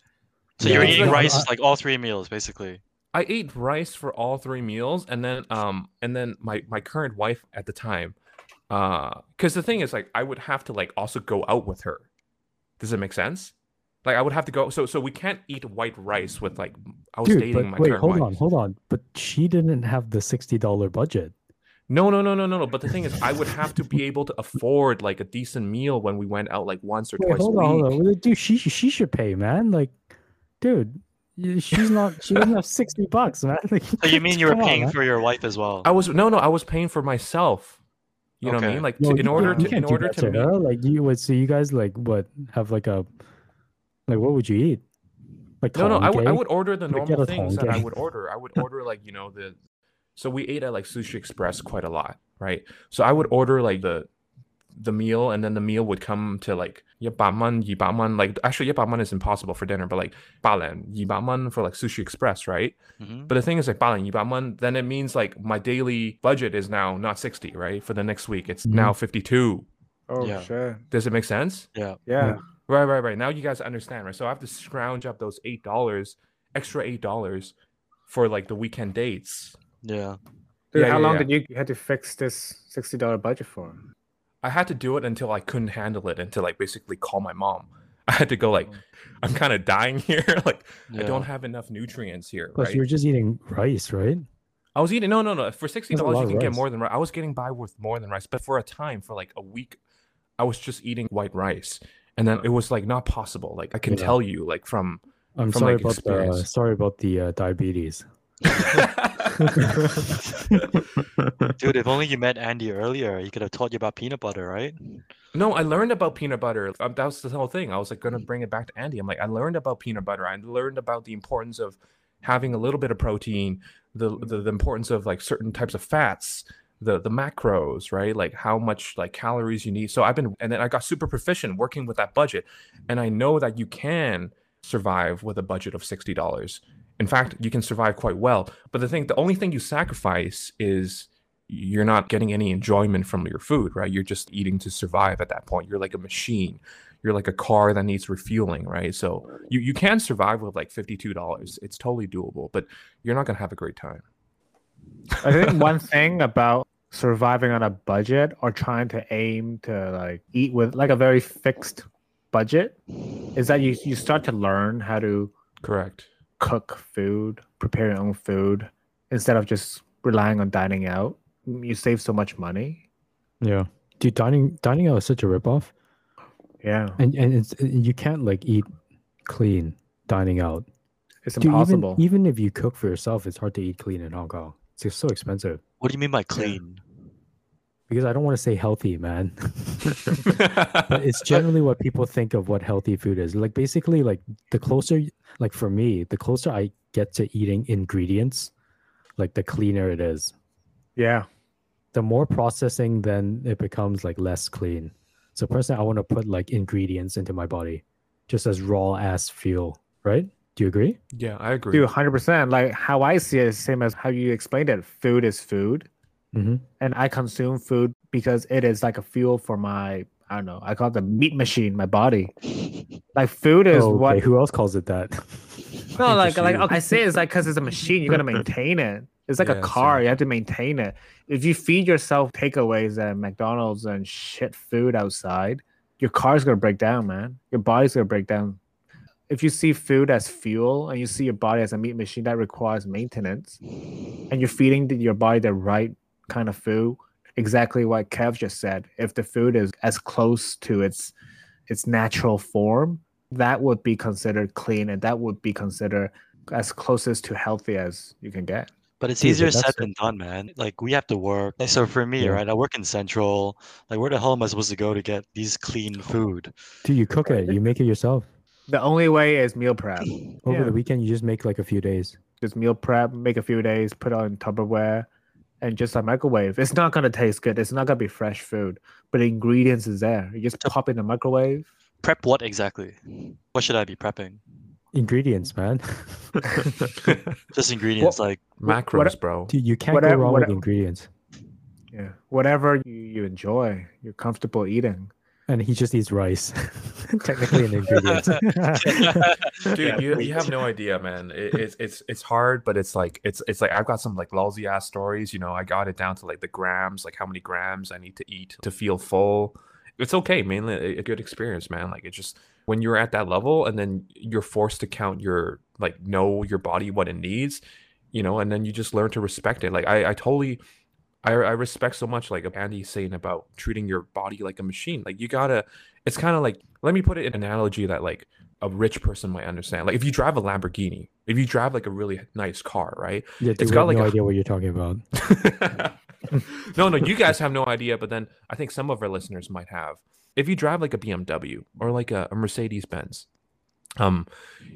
[SPEAKER 2] So
[SPEAKER 1] Yeah, uh,
[SPEAKER 2] you're
[SPEAKER 3] it's
[SPEAKER 2] eating
[SPEAKER 3] like-
[SPEAKER 2] rice like all three meals, basically.
[SPEAKER 3] I ate rice for all three meals, and then um, and then my my current wife at the time, uh, because the thing is like I would have to like also go out with her. Does it make sense? Like I would have to go. So so we can't eat white rice with like I was
[SPEAKER 1] Dude,
[SPEAKER 3] dating my
[SPEAKER 1] but wait,
[SPEAKER 3] current
[SPEAKER 1] hold
[SPEAKER 3] wife.
[SPEAKER 1] on, hold on. But she didn't have the sixty dollar budget.
[SPEAKER 3] No, no, no, no, no, no. But the thing is, I would have to be able to afford like a decent meal when we went out like once or
[SPEAKER 1] Wait,
[SPEAKER 3] twice
[SPEAKER 1] hold
[SPEAKER 3] a
[SPEAKER 1] on,
[SPEAKER 3] week.
[SPEAKER 1] hold on. Well, Dude, she she should pay, man. Like, dude, y- she's not. She doesn't have sixty bucks, man. <laughs> Like,
[SPEAKER 2] So you mean you were
[SPEAKER 1] come on,
[SPEAKER 2] paying
[SPEAKER 1] man.
[SPEAKER 2] for your wife as well?
[SPEAKER 3] I was no, no. I was paying for myself. You know what I
[SPEAKER 2] Okay.
[SPEAKER 3] mean? Like
[SPEAKER 1] No,
[SPEAKER 3] to,
[SPEAKER 1] you
[SPEAKER 3] in order
[SPEAKER 1] can't- you
[SPEAKER 3] to in
[SPEAKER 1] can't do
[SPEAKER 3] order
[SPEAKER 1] that
[SPEAKER 3] to meet,
[SPEAKER 1] her. like you would. So you guys like what have like a like what would you eat? Like
[SPEAKER 3] no, no. I would I
[SPEAKER 1] tteokbokki?
[SPEAKER 3] would order the
[SPEAKER 1] Like, get
[SPEAKER 3] normal
[SPEAKER 1] a
[SPEAKER 3] things that I
[SPEAKER 1] Tongay.
[SPEAKER 3] would order. I would order like you know the. So we ate at like Sushi Express quite a lot, right? So I would order like the the meal, and then the meal would come to like yebaman, yebaman. Like actually, yebaman is impossible for dinner, but like balan, yebaman for like Sushi Express, right?
[SPEAKER 2] Mhm.
[SPEAKER 3] But the thing is, like, balang yibaman, then it means like my daily budget is now not 60, right? For the next week, it's
[SPEAKER 1] Mhm.
[SPEAKER 3] now 52.
[SPEAKER 4] Oh
[SPEAKER 2] Yeah.
[SPEAKER 4] sure.
[SPEAKER 3] Does it make sense?
[SPEAKER 4] Yeah.
[SPEAKER 3] Right, right, right. Now you guys understand, right? So I have to scrounge up those $8, extra $8 for like the weekend dates.
[SPEAKER 2] Yeah.
[SPEAKER 4] Dude,
[SPEAKER 3] Yeah,
[SPEAKER 4] how
[SPEAKER 3] yeah,
[SPEAKER 4] long
[SPEAKER 3] yeah.
[SPEAKER 4] did you, you had to fix this sixty dollar budget for?
[SPEAKER 3] I had to do it until I couldn't handle it, until like basically call my mom. <laughs> I had to go
[SPEAKER 1] Mm.
[SPEAKER 3] like, I'm kind of dying <laughs> here. like, I
[SPEAKER 2] yeah.
[SPEAKER 3] don't have enough nutrients here,
[SPEAKER 1] Plus,
[SPEAKER 3] right?
[SPEAKER 1] you were just eating rice, right?
[SPEAKER 3] I was eating no no no for sixty dollars
[SPEAKER 1] lot
[SPEAKER 3] you
[SPEAKER 1] of
[SPEAKER 3] can get
[SPEAKER 1] rice.
[SPEAKER 3] more than rice. I was getting by with more than rice, but for a time for like a week, I was just eating white rice, and then it was like not possible. Like I can
[SPEAKER 1] Yeah.
[SPEAKER 3] tell you,
[SPEAKER 1] <laughs>
[SPEAKER 3] like from <laughs>
[SPEAKER 1] I'm
[SPEAKER 3] From,
[SPEAKER 1] sorry
[SPEAKER 3] like,
[SPEAKER 1] about the
[SPEAKER 3] experience.
[SPEAKER 1] sorry about the uh,
[SPEAKER 3] <laughs>
[SPEAKER 1] diabetes. <laughs>
[SPEAKER 2] Dude, if only you met Andy earlier, he could have taught you about peanut butter, right?
[SPEAKER 3] no, I learned about peanut butter. Um, that was the whole thing. I was like gonna bring it back to Andy. I'm like I learned about peanut butter. I learned about the importance of having a little bit of protein, the the, the importance of like certain types of fats. The, the macros right like how much like calories you need so i've been and then i got super proficient working with that budget and I know that you can survive with a budget of sixty dollars. In fact, you can survive quite well. But the thing, the only thing you sacrifice is you're not getting any enjoyment from your food, right? You're just eating to survive at that point. You're like a machine. You're like a car that needs refueling, right? So you, you can survive with like fifty-two dollars. It's totally doable, but you're not gonna have a great time.
[SPEAKER 4] I think one thing about surviving on a budget or trying to aim to like eat with like a very fixed budget is that you, you start to learn how to
[SPEAKER 3] Correct.
[SPEAKER 4] cook food, prepare your own food instead of just relying on dining out. You save so much money.
[SPEAKER 1] Yeah, dude, dining dining out is such a ripoff,
[SPEAKER 4] Yeah,
[SPEAKER 1] and and it's and you can't like eat clean dining out.
[SPEAKER 4] it's
[SPEAKER 1] Dude,
[SPEAKER 4] impossible.
[SPEAKER 1] Even, even if you cook for yourself, it's hard to eat clean in Hong Kong. It's just so expensive.
[SPEAKER 2] What do you mean by clean?
[SPEAKER 1] because I don't want to say healthy, man. <laughs> but
[SPEAKER 3] it's
[SPEAKER 4] <laughs>
[SPEAKER 1] it's generally what people think of what healthy food is. Like basically, like the closer, like for me, the closer I get to eating ingredients, like the cleaner it is.
[SPEAKER 4] Yeah.
[SPEAKER 1] The more processing, then it becomes like less clean. So personally, I want to put like ingredients into my body, just as raw ass fuel. Right? Do you agree?
[SPEAKER 3] yeah, I agree.
[SPEAKER 4] Dude, 100%. Like how I see it is same as how you explained it. Food is food.
[SPEAKER 1] Mm-hmm.
[SPEAKER 4] And I consume food because it is like a fuel for my, I don't know, I call it the meat machine,
[SPEAKER 1] <laughs>
[SPEAKER 4] my body. Like food is
[SPEAKER 1] Oh, okay.
[SPEAKER 4] what
[SPEAKER 1] Who else calls it that? <laughs>
[SPEAKER 4] No,
[SPEAKER 3] I
[SPEAKER 4] like
[SPEAKER 3] think
[SPEAKER 4] like
[SPEAKER 3] it's you.
[SPEAKER 4] I say it's like because it's a machine, you gotta maintain it. It's like
[SPEAKER 3] Yeah,
[SPEAKER 4] a car,
[SPEAKER 3] so-
[SPEAKER 4] you have to maintain it. If you feed yourself takeaways at McDonald's and shit food outside, your car's gonna break down, man. Your body's gonna break down. If you see food as fuel and you see your body as a meat machine that requires maintenance, and you're feeding the, your body the right kind of food, exactly what Kev just said. If the food is as close to its its natural form, that would be considered clean, and that would be considered as closest to healthy as you can get.
[SPEAKER 2] But it's
[SPEAKER 1] Dude, but
[SPEAKER 2] easier said
[SPEAKER 1] that's the-
[SPEAKER 2] than done, man. Like we have to work. Like, so for me,
[SPEAKER 1] Yeah.
[SPEAKER 2] right, I work in Central. Like where the hell am I supposed to go to get these
[SPEAKER 1] Oh.
[SPEAKER 2] clean food?
[SPEAKER 1] Do you cook it? You make it yourself
[SPEAKER 4] The only way is meal prep.
[SPEAKER 1] over
[SPEAKER 4] Yeah.
[SPEAKER 1] the weekend. You just make like a few days.
[SPEAKER 4] Just meal prep, make a few days, put it on Tupperware, and just like microwave. It's not gonna taste good. It's not gonna be fresh food, but the ingredients is there. You just pop it in the microwave.
[SPEAKER 2] Prep what exactly? What should I be prepping?
[SPEAKER 1] Ingredients,
[SPEAKER 4] <laughs>
[SPEAKER 1] man.
[SPEAKER 2] Just ingredients like
[SPEAKER 3] Macros, bro.
[SPEAKER 1] Dude, you can't
[SPEAKER 4] Whatever-
[SPEAKER 1] go wrong with
[SPEAKER 4] whatever-
[SPEAKER 1] ingredients.
[SPEAKER 4] Yeah, whatever you, you enjoy, you're comfortable eating.
[SPEAKER 1] And he just eats rice. <laughs> Technically an
[SPEAKER 4] <laughs>
[SPEAKER 1] ingredient. <laughs>
[SPEAKER 3] <laughs> Dude, you, you have no idea, man. It, it's it's it's hard, but it's like it's it's like I've got some like lousy ass stories. You know, I got it down to like the grams, like how many grams I need to eat to feel full. It's okay, mainly a, a good experience, man. Like it just when you're at that level, and then you're forced to count your like know your body what it needs, you know, and then you just learn to respect it. Like I I totally. I, I respect so much like Andy saying about treating your body like a machine. Like you gotta, it's kind of like let me put it in an analogy that like a rich person might understand. Like if you drive a Lamborghini, if you drive like a really nice car, right?
[SPEAKER 1] yeah, dude,
[SPEAKER 3] It's
[SPEAKER 1] we
[SPEAKER 3] got
[SPEAKER 1] have
[SPEAKER 3] like
[SPEAKER 1] no
[SPEAKER 3] a-
[SPEAKER 1] idea what you're talking about.
[SPEAKER 3] no, no, you guys have no idea, but then I think some of our listeners might have. If you drive like a BMW or like a, a Mercedes Benz, um,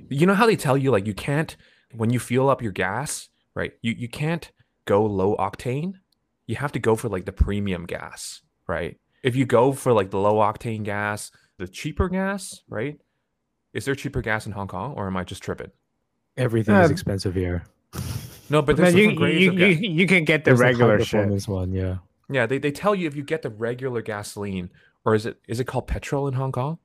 [SPEAKER 3] you know how they tell you like you can't when you fuel up your gas, right? You you can't go low octane. You have to go for like the premium gas, right? If you go for like the low octane gas, the cheaper gas, right? Is there cheaper gas in Hong Kong, or am I just tripping?
[SPEAKER 1] Everything is
[SPEAKER 4] Um,
[SPEAKER 1] expensive here.
[SPEAKER 3] No, but
[SPEAKER 4] Man,
[SPEAKER 3] there's
[SPEAKER 4] you,
[SPEAKER 3] different grades
[SPEAKER 4] you,
[SPEAKER 3] of gas.
[SPEAKER 4] you, you can get the
[SPEAKER 1] There's a high
[SPEAKER 4] regular shit.
[SPEAKER 1] performance one, yeah.
[SPEAKER 3] Yeah, they, they tell you if you get the regular gasoline, or is it is it called petrol in Hong Kong?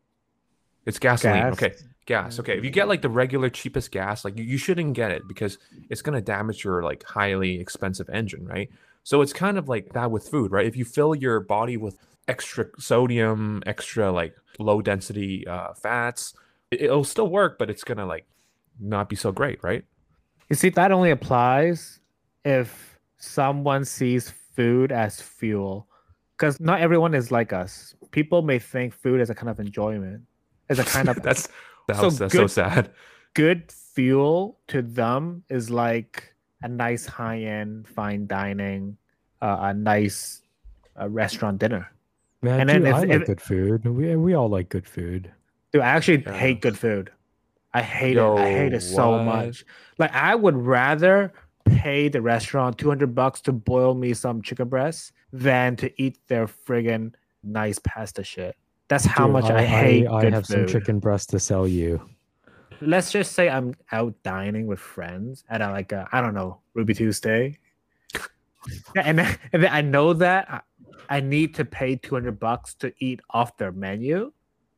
[SPEAKER 3] It's gasoline.
[SPEAKER 4] Gas.
[SPEAKER 3] Okay, gas. Okay, if you get like the regular cheapest gas, like you, you shouldn't get it because it's gonna damage your like highly expensive engine, right? So it's kind of like that with food, right? If you fill your body with extra sodium, extra like low density uh, fats, it, it'll still work, but it's gonna like not be so great, right?
[SPEAKER 4] You see, that only applies if someone sees food as fuel, because not everyone is like us. People may think food is a kind of enjoyment,
[SPEAKER 3] <laughs>
[SPEAKER 4] as a kind of
[SPEAKER 3] That's that
[SPEAKER 4] So
[SPEAKER 3] was, that's
[SPEAKER 4] good-
[SPEAKER 3] so sad.
[SPEAKER 4] good fuel to them is like a nice high end fine dining, uh, a nice uh, restaurant dinner.
[SPEAKER 1] Man,
[SPEAKER 4] And then
[SPEAKER 1] dude,
[SPEAKER 4] if-
[SPEAKER 1] I like
[SPEAKER 4] if-
[SPEAKER 1] good food. We, we all like good food.
[SPEAKER 4] Dude, I actually
[SPEAKER 3] Yeah.
[SPEAKER 4] hate good food. I hate it. I hate
[SPEAKER 3] Yo,
[SPEAKER 4] it so
[SPEAKER 3] what?
[SPEAKER 4] much. Like I would rather pay the restaurant 200 bucks to boil me some chicken breast than to eat their friggin' nice pasta shit. That's how
[SPEAKER 1] Dude,
[SPEAKER 4] much I, hate
[SPEAKER 1] I,
[SPEAKER 4] good
[SPEAKER 1] have some
[SPEAKER 4] food.
[SPEAKER 1] chicken breast to sell you.
[SPEAKER 4] Let's just say I'm out dining with friends at a, like a, I don't know,
[SPEAKER 1] <laughs>
[SPEAKER 4] Ruby Tuesday. and, then, and then I know that I, I need to pay 200 bucks to eat off their menu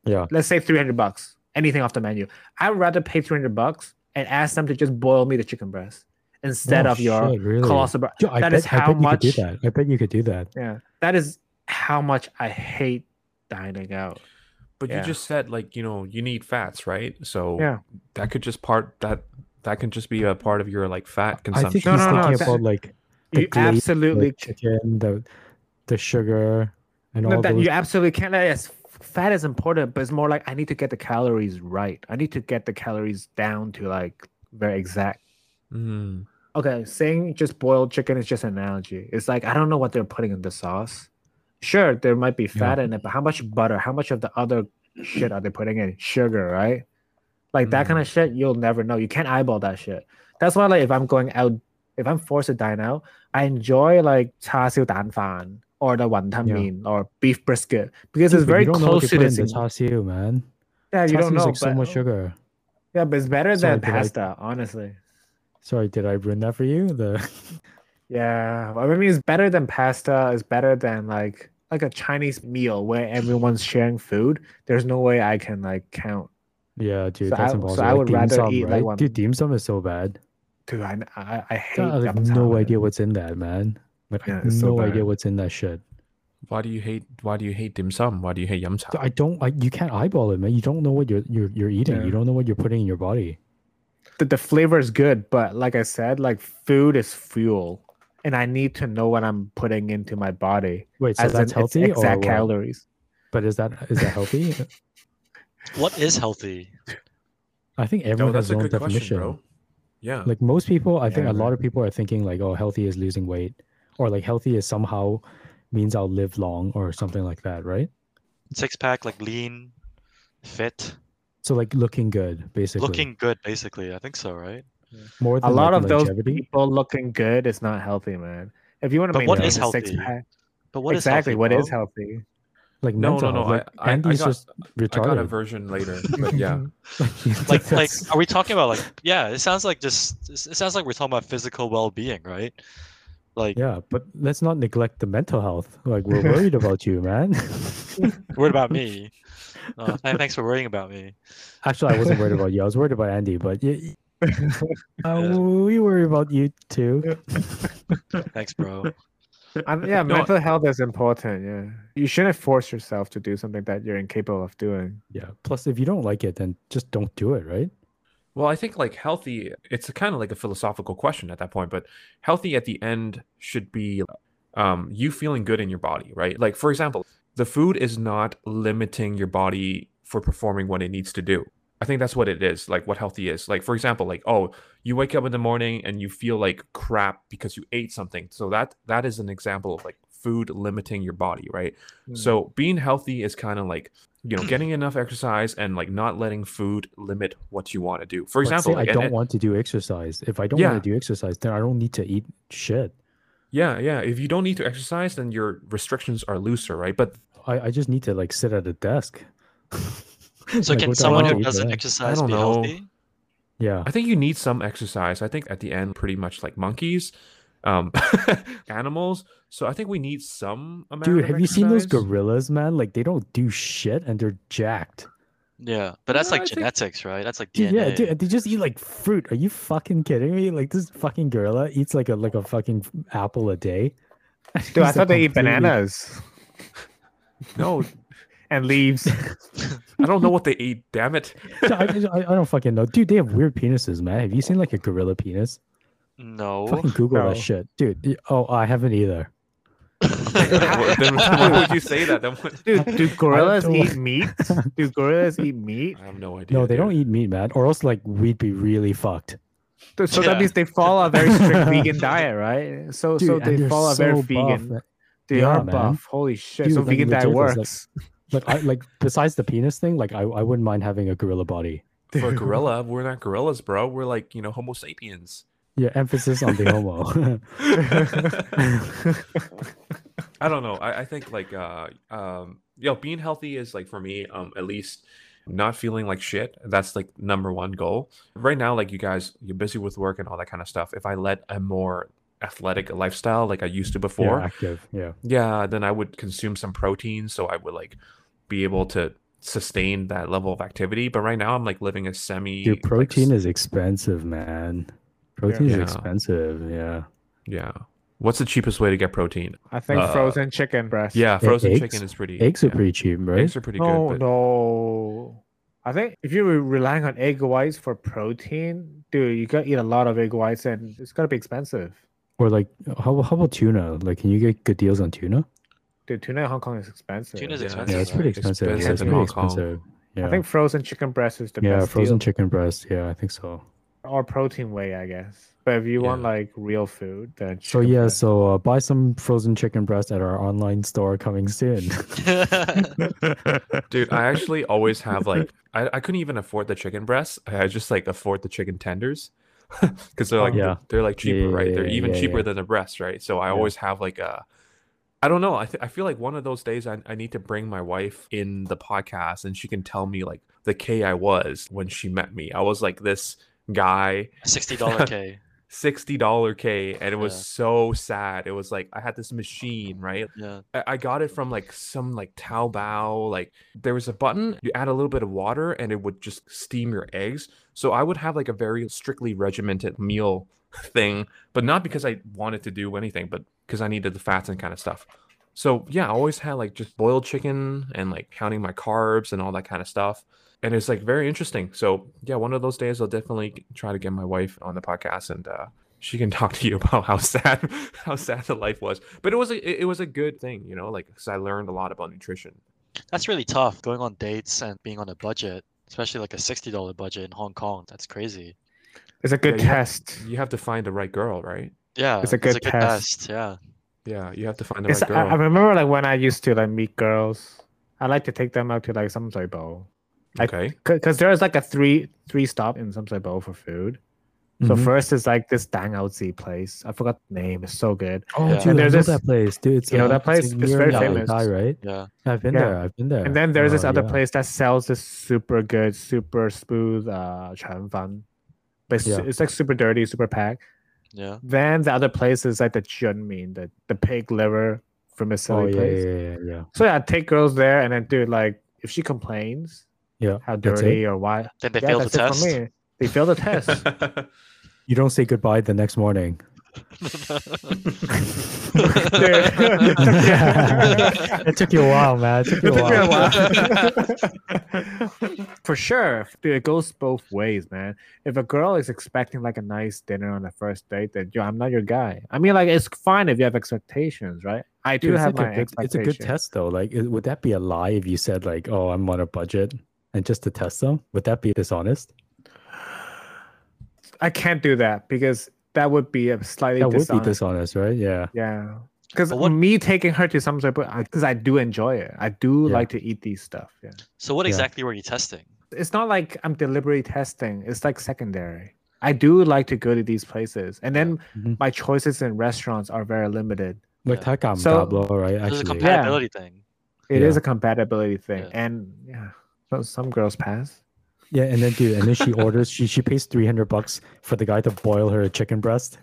[SPEAKER 1] Yeah.
[SPEAKER 4] let's say 300 bucks anything off the menu i'd rather pay 300 bucks and ask them to just boil me the chicken breast instead
[SPEAKER 1] Oh,
[SPEAKER 4] of your
[SPEAKER 1] shit, really?
[SPEAKER 4] colossal breast
[SPEAKER 1] Dude, I
[SPEAKER 4] that
[SPEAKER 1] bet,
[SPEAKER 4] is how
[SPEAKER 1] I bet
[SPEAKER 4] much-
[SPEAKER 1] you could do that. I bet you could do that.
[SPEAKER 4] yeah that is how much i hate dining out
[SPEAKER 3] But
[SPEAKER 4] Yeah.
[SPEAKER 3] you just said like you know you need fats, right? So
[SPEAKER 4] Yeah.
[SPEAKER 3] that could just part that that can just be a part of your like fat
[SPEAKER 1] I think he's
[SPEAKER 3] consumption.
[SPEAKER 4] No, no, no,
[SPEAKER 1] thinking
[SPEAKER 4] that-
[SPEAKER 1] about like the
[SPEAKER 4] you
[SPEAKER 1] glaze, like,
[SPEAKER 4] absolutely
[SPEAKER 1] chicken, the the sugar, and
[SPEAKER 4] no,
[SPEAKER 1] all
[SPEAKER 4] that,
[SPEAKER 1] those.
[SPEAKER 4] you absolutely can't yes fat is important but it's more like i need to get the calories right i need to get the calories down to like very exact
[SPEAKER 3] Mm.
[SPEAKER 4] okay saying just boiled chicken is just an analogy it's like i don't know what they're putting in the sauce Sure, there might be fat
[SPEAKER 1] Yeah.
[SPEAKER 4] in it, but how much butter? How much of the other shit are they putting in? Sugar, right? Like
[SPEAKER 1] Mm.
[SPEAKER 4] that kind of shit, you'll never know. You can't eyeball that shit. That's why, like, if I'm going out, if I'm forced to dine out, I enjoy like char siu dan fan or the wonton
[SPEAKER 1] Yeah.
[SPEAKER 4] mean or beef brisket because it's
[SPEAKER 1] Dude, but
[SPEAKER 4] very
[SPEAKER 1] you don't know what
[SPEAKER 4] close
[SPEAKER 1] they
[SPEAKER 4] to
[SPEAKER 1] put
[SPEAKER 4] this.
[SPEAKER 1] in the char siu, man.
[SPEAKER 4] yeah, you
[SPEAKER 1] Char
[SPEAKER 4] don't
[SPEAKER 1] siu is
[SPEAKER 4] know.
[SPEAKER 1] like so
[SPEAKER 4] but-
[SPEAKER 1] much sugar.
[SPEAKER 4] Yeah, but it's better
[SPEAKER 1] Sorry,
[SPEAKER 4] than
[SPEAKER 1] but, like-
[SPEAKER 4] pasta, honestly.
[SPEAKER 1] Sorry, did I ruin that for you? The <laughs>
[SPEAKER 4] Yeah, I mean, it's better than pasta. It's better than like like a Chinese meal where everyone's sharing food. There's no way I can like count.
[SPEAKER 1] yeah, dude,
[SPEAKER 4] So
[SPEAKER 1] that's
[SPEAKER 4] I-
[SPEAKER 1] impossible.
[SPEAKER 4] so I
[SPEAKER 1] Like
[SPEAKER 4] would
[SPEAKER 1] dim
[SPEAKER 4] rather
[SPEAKER 1] sum,
[SPEAKER 4] eat, like,
[SPEAKER 1] right?
[SPEAKER 4] one-
[SPEAKER 1] Dude, dim sum is so bad.
[SPEAKER 4] Dude, I I, I hate
[SPEAKER 1] I have
[SPEAKER 4] dim
[SPEAKER 1] no
[SPEAKER 4] sum.
[SPEAKER 1] idea what's in that, man. Like I
[SPEAKER 4] Yeah,
[SPEAKER 1] have
[SPEAKER 4] it's so
[SPEAKER 1] no idea
[SPEAKER 4] bad.
[SPEAKER 1] what's in that shit.
[SPEAKER 3] Why do you hate? Why do you hate dim sum? Why do you hate yum
[SPEAKER 1] So
[SPEAKER 3] cha?
[SPEAKER 1] I don't like you can't eyeball it, man. You don't know what you're you're you're eating.
[SPEAKER 4] Yeah.
[SPEAKER 1] You don't know what you're putting in your body.
[SPEAKER 4] The, the flavor is good, but like I said, like food is fuel, and I need to know what I'm putting into my body.
[SPEAKER 1] Wait, so
[SPEAKER 4] as
[SPEAKER 1] that's
[SPEAKER 4] in its
[SPEAKER 1] healthy or
[SPEAKER 4] exact
[SPEAKER 1] what?
[SPEAKER 4] calories.
[SPEAKER 1] But is that is that
[SPEAKER 4] <laughs>
[SPEAKER 1] healthy?
[SPEAKER 2] What is healthy?
[SPEAKER 1] I think
[SPEAKER 3] No,
[SPEAKER 1] everyone has
[SPEAKER 3] that's a
[SPEAKER 1] their own
[SPEAKER 3] good question,
[SPEAKER 1] definition.
[SPEAKER 3] bro. Yeah.
[SPEAKER 1] Like most people, I think
[SPEAKER 4] Yeah,
[SPEAKER 1] a lot of people are thinking like, oh, healthy is losing weight, or like healthy is somehow means I'll live long or something like that, right?
[SPEAKER 2] Six pack, like lean, fit,
[SPEAKER 1] So like looking good, basically.
[SPEAKER 2] looking good, basically. I think so, right?
[SPEAKER 1] more than
[SPEAKER 4] A lot
[SPEAKER 1] like,
[SPEAKER 4] of those
[SPEAKER 1] longevity.
[SPEAKER 4] people looking good is not healthy, man. If you want to
[SPEAKER 2] But what
[SPEAKER 4] maintain
[SPEAKER 2] is
[SPEAKER 4] a six
[SPEAKER 2] healthy?
[SPEAKER 4] pack,
[SPEAKER 2] But what is
[SPEAKER 4] exactly what is
[SPEAKER 2] healthy?
[SPEAKER 1] <laughs>
[SPEAKER 4] healthy?
[SPEAKER 1] Like
[SPEAKER 3] no, no,
[SPEAKER 1] mental
[SPEAKER 3] no.
[SPEAKER 1] health, Like,
[SPEAKER 3] I, I, I got,
[SPEAKER 1] Andy's just
[SPEAKER 3] I got
[SPEAKER 1] <laughs>
[SPEAKER 3] a
[SPEAKER 1] retarded.
[SPEAKER 3] version later. But
[SPEAKER 4] <laughs>
[SPEAKER 3] yeah. <laughs>
[SPEAKER 1] He's
[SPEAKER 2] bro? Like, like,
[SPEAKER 1] that's-
[SPEAKER 2] are we talking about like? Yeah, it sounds like just. It sounds like we're talking about physical well-being, right? Like,
[SPEAKER 1] yeah, but let's not neglect the mental health. Like
[SPEAKER 3] <laughs>
[SPEAKER 1] we're worried about you, man. <laughs>
[SPEAKER 2] worried about me. Uh, th- thanks for worrying about me.
[SPEAKER 1] Actually, I wasn't worried about you. I was worried about Andy, but y
[SPEAKER 3] <laughs>
[SPEAKER 1] uh,
[SPEAKER 2] Yeah.
[SPEAKER 1] we worry about you too.
[SPEAKER 2] Thanks, bro.
[SPEAKER 4] I'm, yeah,
[SPEAKER 3] No,
[SPEAKER 4] mental health is important. Yeah, you shouldn't force yourself to do something that you're incapable of doing.
[SPEAKER 1] Yeah. Plus, if you don't like it, then just don't do it, right?
[SPEAKER 3] Well, I think like healthy, it's a kind of like a philosophical question at that point, but healthy at the end should be um, you feeling good in your body, right? Like, for example, the food is not limiting your body for performing what it needs to do. I think that's what it is, like what healthy is. Like, for example, like, oh, you wake up in the morning and you feel like crap because you ate something. So that that is an example of like food limiting your body, right?
[SPEAKER 4] Hmm.
[SPEAKER 1] Hmm.
[SPEAKER 3] So being healthy is kind of like you know getting enough exercise and like not letting food limit what you want to do. For
[SPEAKER 1] Like, say
[SPEAKER 3] example, like,
[SPEAKER 1] I
[SPEAKER 3] and-
[SPEAKER 1] don't
[SPEAKER 3] and-
[SPEAKER 1] want to do exercise. If I don't
[SPEAKER 3] Yeah.
[SPEAKER 1] want to do exercise, then I don't need to eat shit.
[SPEAKER 3] yeah, yeah. If you don't need to exercise, then your restrictions are looser, right? But
[SPEAKER 1] I, I just need to like sit at a desk.
[SPEAKER 2] So,
[SPEAKER 1] Like,
[SPEAKER 2] can
[SPEAKER 1] what the
[SPEAKER 2] someone
[SPEAKER 1] hell
[SPEAKER 2] who
[SPEAKER 1] is
[SPEAKER 2] doesn't
[SPEAKER 1] that?
[SPEAKER 2] exercise
[SPEAKER 3] don't
[SPEAKER 2] be
[SPEAKER 3] know.
[SPEAKER 2] healthy?
[SPEAKER 1] Yeah.
[SPEAKER 3] I think you need some exercise. I think at the end, pretty much like monkeys, um, <laughs> animals. So I think we need some amount.
[SPEAKER 1] Dude,
[SPEAKER 3] of
[SPEAKER 1] have you seen those
[SPEAKER 3] exercise.
[SPEAKER 1] gorillas, man? Like they don't do shit and they're jacked.
[SPEAKER 2] Yeah, but that's
[SPEAKER 3] No,
[SPEAKER 2] like
[SPEAKER 3] I think-
[SPEAKER 2] genetics, right? That's like
[SPEAKER 1] Dude,
[SPEAKER 2] DNA.
[SPEAKER 1] yeah, dude, and they just eat like fruit. Are you fucking kidding me? Like this fucking gorilla eats like a like a fucking apple a day. <laughs>
[SPEAKER 4] Dude, I thought they eat bananas
[SPEAKER 3] No,
[SPEAKER 4] <laughs> and leaves.
[SPEAKER 3] I don't know what they eat. Damn it! <laughs>
[SPEAKER 1] I, I, I don't fucking know, dude. They have weird penises, man. Have you seen like a gorilla penis?
[SPEAKER 2] <laughs> No.
[SPEAKER 1] Fucking Google
[SPEAKER 4] No.
[SPEAKER 1] that shit, dude. y- Oh, I haven't either.
[SPEAKER 3] Well, then why would you say that? Then what-
[SPEAKER 4] <laughs> Dude, do gorillas
[SPEAKER 1] don't-
[SPEAKER 4] eat meat? <laughs> Do gorillas eat meat?
[SPEAKER 3] I have no idea.
[SPEAKER 1] No, they
[SPEAKER 3] dude.
[SPEAKER 1] don't eat meat, man. Or else, like, we'd be really fucked.
[SPEAKER 4] Dude, So
[SPEAKER 2] Yeah.
[SPEAKER 4] that means they follow a very strict vegan diet, right? So
[SPEAKER 1] Dude,
[SPEAKER 4] so
[SPEAKER 1] and
[SPEAKER 4] they
[SPEAKER 1] they're
[SPEAKER 4] follow a very
[SPEAKER 1] so buff,
[SPEAKER 4] vegan.
[SPEAKER 1] man.
[SPEAKER 4] They
[SPEAKER 1] Yeah,
[SPEAKER 4] are
[SPEAKER 1] man.
[SPEAKER 4] buff. Holy shit!
[SPEAKER 1] Dude,
[SPEAKER 4] so
[SPEAKER 1] like,
[SPEAKER 4] vegan diet
[SPEAKER 1] legit, it's like-
[SPEAKER 4] works.
[SPEAKER 1] Like, I like besides the penis thing, like, I, I wouldn't mind having a gorilla body.
[SPEAKER 3] For
[SPEAKER 1] <laughs>
[SPEAKER 3] a gorilla, we're not gorillas, bro. We're like you know Homo sapiens.
[SPEAKER 1] Yeah, emphasis on the homo. <laughs>
[SPEAKER 3] I don't know. I, I think like uh um yo being healthy is like for me um at least not feeling like shit. That's like number one goal. Right now, like you guys, you're busy with work and all that kind of stuff. If I led a more athletic lifestyle like I used to
[SPEAKER 1] yeah,
[SPEAKER 3] before,
[SPEAKER 1] active. Yeah.
[SPEAKER 3] yeah, then I would consume some protein so I would like be able to sustain that level of activity. But right now I'm like living a semi
[SPEAKER 1] Dude,
[SPEAKER 3] like,
[SPEAKER 1] protein
[SPEAKER 3] s-
[SPEAKER 1] is expensive, man. Protein is
[SPEAKER 3] Yeah.
[SPEAKER 1] expensive. Yeah.
[SPEAKER 3] yeah. What's the cheapest way to get protein?
[SPEAKER 4] <laughs> I think
[SPEAKER 3] Uh,
[SPEAKER 4] frozen chicken breast.
[SPEAKER 3] Yeah, frozen
[SPEAKER 1] eggs-
[SPEAKER 3] chicken is pretty
[SPEAKER 1] Eggs are
[SPEAKER 3] yeah.
[SPEAKER 1] pretty cheap, right?
[SPEAKER 3] Eggs are pretty
[SPEAKER 4] no,
[SPEAKER 3] good. but-
[SPEAKER 4] no. I think if you're relying on egg whites for protein, dude, you gotta eat a lot of egg whites, and it's gonna be expensive.
[SPEAKER 1] Or like, how, how about tuna? Like, can you get good deals on tuna?
[SPEAKER 4] Dude, tuna in Hong Kong is expensive.
[SPEAKER 2] Tuna's
[SPEAKER 3] Yeah,
[SPEAKER 2] expensive.
[SPEAKER 1] Yeah, it's
[SPEAKER 3] That's
[SPEAKER 1] pretty
[SPEAKER 2] right?
[SPEAKER 1] expensive. Yeah,
[SPEAKER 3] expensive
[SPEAKER 1] it's
[SPEAKER 3] in
[SPEAKER 1] pretty
[SPEAKER 3] Hong Kong.
[SPEAKER 1] expensive. Yeah.
[SPEAKER 4] I think frozen chicken breast is the
[SPEAKER 1] yeah,
[SPEAKER 4] best.
[SPEAKER 1] frozen
[SPEAKER 4] deal.
[SPEAKER 1] chicken breast. Yeah, I think so.
[SPEAKER 4] or protein whey, I guess. But if you want like real food, then
[SPEAKER 1] So
[SPEAKER 4] chicken
[SPEAKER 1] yeah,
[SPEAKER 4] breast.
[SPEAKER 1] so uh, buy some frozen chicken breast at our online store coming
[SPEAKER 4] <laughs>
[SPEAKER 1] soon. <laughs>
[SPEAKER 3] Dude, I actually always have like I, I couldn't even afford the chicken breasts. I I just like afford the chicken tenders <laughs> because they're like
[SPEAKER 1] Yeah.
[SPEAKER 3] they're like cheaper,
[SPEAKER 1] yeah,
[SPEAKER 3] right? they're
[SPEAKER 1] yeah,
[SPEAKER 3] even
[SPEAKER 1] yeah,
[SPEAKER 3] cheaper
[SPEAKER 1] yeah.
[SPEAKER 3] than the breasts, right? So I
[SPEAKER 1] Yeah.
[SPEAKER 3] always have like a I don't know. I th- I feel like one of those days I I need to bring my wife in the podcast and she can tell me like the K I was when she met me. I was like this guy
[SPEAKER 2] Sixty dollar K.
[SPEAKER 3] sixty dollar K, and it was
[SPEAKER 2] Yeah.
[SPEAKER 3] so sad. It was like I had this machine, right?
[SPEAKER 2] Yeah.
[SPEAKER 3] I- I got it from like some like Taobao. Like there was a button, you add a little bit of water, and it would just steam your eggs. So I would have like a very strictly regimented meal <laughs> thing, but not because I wanted to do anything, but because I needed the fats and kind of stuff. So yeah, I always had like just boiled chicken and like counting my carbs and all that kind of stuff. And it's like very interesting. So yeah, one of those days I'll definitely try to get my wife on the podcast and uh she can talk to you <laughs> about how sad how sad the life was. But it was a it- it was a good thing, you know, like because I learned a lot about nutrition.
[SPEAKER 2] That's really tough. Going on dates and being on a budget, especially like a sixty dollar budget in Hong Kong. That's crazy.
[SPEAKER 4] it's a good
[SPEAKER 3] yeah, you have-
[SPEAKER 4] test.
[SPEAKER 3] You have to find the right girl, right?
[SPEAKER 2] Yeah.
[SPEAKER 4] a good test.
[SPEAKER 2] Yeah.
[SPEAKER 3] Yeah, you have to find the
[SPEAKER 4] It's,
[SPEAKER 3] right
[SPEAKER 4] I, I
[SPEAKER 3] girl.
[SPEAKER 4] remember like when I used to like meet girls, I like to take them out to like some type of I- <laughs>
[SPEAKER 3] okay.
[SPEAKER 4] because there is like a three three stop in some type of for food. So
[SPEAKER 1] Mhm.
[SPEAKER 4] first is like this Dang Ao Zi place. I forgot the name. It's so good.
[SPEAKER 1] Oh,
[SPEAKER 2] Yeah.
[SPEAKER 1] dude,
[SPEAKER 4] And
[SPEAKER 1] I
[SPEAKER 4] there's
[SPEAKER 1] know
[SPEAKER 4] this-
[SPEAKER 1] that place, dude. It's,
[SPEAKER 4] you know, that place is
[SPEAKER 1] near
[SPEAKER 4] very
[SPEAKER 1] Lai
[SPEAKER 2] famous.
[SPEAKER 1] Dai, right?
[SPEAKER 2] Yeah.
[SPEAKER 1] I've been
[SPEAKER 4] Yeah.
[SPEAKER 1] there. I've been there.
[SPEAKER 4] And then there's this
[SPEAKER 1] Uh,
[SPEAKER 4] other
[SPEAKER 1] yeah.
[SPEAKER 4] place that sells this super good, super smooth uh chuan fan. But it's,
[SPEAKER 1] Yeah.
[SPEAKER 4] it's like super dirty, super packed.
[SPEAKER 2] Yeah.
[SPEAKER 4] Then the other place is like the Junmin, the, the pig liver
[SPEAKER 1] Oh
[SPEAKER 4] vermicelli
[SPEAKER 1] yeah,
[SPEAKER 4] place.
[SPEAKER 1] yeah, yeah, yeah.
[SPEAKER 4] So yeah, I take girls there and then do like if she complains
[SPEAKER 1] Yeah,
[SPEAKER 4] how
[SPEAKER 1] that's it.
[SPEAKER 4] dirty or why
[SPEAKER 2] Then they
[SPEAKER 4] yeah,
[SPEAKER 2] failed the
[SPEAKER 4] that's
[SPEAKER 2] test.
[SPEAKER 4] it for me. They failed the
[SPEAKER 2] <laughs>
[SPEAKER 4] test.
[SPEAKER 1] You don't say goodbye the next morning.
[SPEAKER 4] <laughs>
[SPEAKER 2] <laughs>
[SPEAKER 4] <laughs>
[SPEAKER 1] <laughs> It took you a while, man. It took you
[SPEAKER 4] It
[SPEAKER 1] a
[SPEAKER 4] took
[SPEAKER 1] while.
[SPEAKER 4] me a
[SPEAKER 2] while.
[SPEAKER 4] <laughs> For sure. Dude, it goes both ways, man. If a girl is expecting like a nice dinner on the first date, then yo, I'm not your guy. I mean, like it's fine if you have expectations, right? I
[SPEAKER 1] <laughs>
[SPEAKER 4] do
[SPEAKER 1] Dude, it's,
[SPEAKER 4] have
[SPEAKER 1] like
[SPEAKER 4] my
[SPEAKER 1] a good, it's a
[SPEAKER 4] expectations.
[SPEAKER 1] good test though. Like, it- would that be a lie if you said like, "Oh, I'm on a budget," and just to test them? Would that be dishonest?
[SPEAKER 4] I can't do that because that would be a slightly
[SPEAKER 1] That would be
[SPEAKER 4] dishonest.
[SPEAKER 1] dishonest, right? Yeah.
[SPEAKER 4] Yeah. Because
[SPEAKER 2] But what-
[SPEAKER 4] me taking her to some sort of because I do enjoy it. I do
[SPEAKER 1] Yeah.
[SPEAKER 4] like to eat these stuff. Yeah.
[SPEAKER 2] so what
[SPEAKER 1] Yeah.
[SPEAKER 2] exactly were you testing?
[SPEAKER 4] it's not like I'm deliberately testing. It's like secondary. I do like to go to these places, and then
[SPEAKER 1] Mhm.
[SPEAKER 4] my choices in restaurants are very limited.
[SPEAKER 1] Like
[SPEAKER 2] Yeah.
[SPEAKER 1] Takam
[SPEAKER 4] So-
[SPEAKER 1] Tablo, right?
[SPEAKER 2] There's a
[SPEAKER 1] Actually,
[SPEAKER 4] compare-
[SPEAKER 2] compatibility thing.
[SPEAKER 4] It is
[SPEAKER 1] Yeah.
[SPEAKER 4] a compatibility thing,
[SPEAKER 2] Yeah.
[SPEAKER 4] and yeah, so some girls pass.
[SPEAKER 1] yeah. And then, dude, and then she orders. She she pays three hundred bucks for the guy to boil her chicken breast.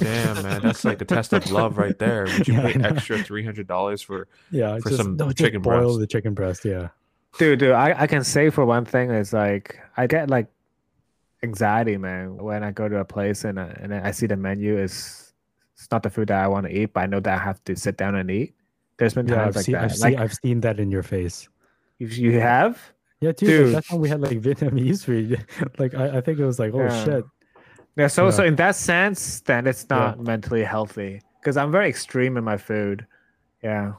[SPEAKER 3] Damn, man, that's like the test of love right there. Would you
[SPEAKER 1] Yeah, I
[SPEAKER 3] pay
[SPEAKER 1] know.
[SPEAKER 3] extra three hundred dollars for?
[SPEAKER 1] Yeah,
[SPEAKER 3] For
[SPEAKER 1] just,
[SPEAKER 3] some
[SPEAKER 1] no, just
[SPEAKER 3] chicken
[SPEAKER 1] boil
[SPEAKER 3] breast.
[SPEAKER 1] the chicken breast. Yeah.
[SPEAKER 4] Dude, dude, I, I can say for one thing is like I get like anxiety, man, when I go to a place and I, and I see the menu is it's not the food that I want to eat, but I know that I have to sit down and eat. There's been
[SPEAKER 1] Yeah,
[SPEAKER 4] times
[SPEAKER 1] I've
[SPEAKER 4] like
[SPEAKER 1] seen,
[SPEAKER 4] that.
[SPEAKER 1] I've,
[SPEAKER 4] like
[SPEAKER 1] seen, I've seen that in your face.
[SPEAKER 4] if you have,
[SPEAKER 1] Yeah, dude, like,
[SPEAKER 4] Dude.
[SPEAKER 1] that's when we had like Vietnamese food. <laughs> like, I, I think it was like, oh
[SPEAKER 4] Yeah.
[SPEAKER 1] shit.
[SPEAKER 4] Yeah, so
[SPEAKER 1] Yeah.
[SPEAKER 4] so in that sense, then it's
[SPEAKER 1] Yeah.
[SPEAKER 4] not mentally healthy because I'm very extreme in my food. Yeah.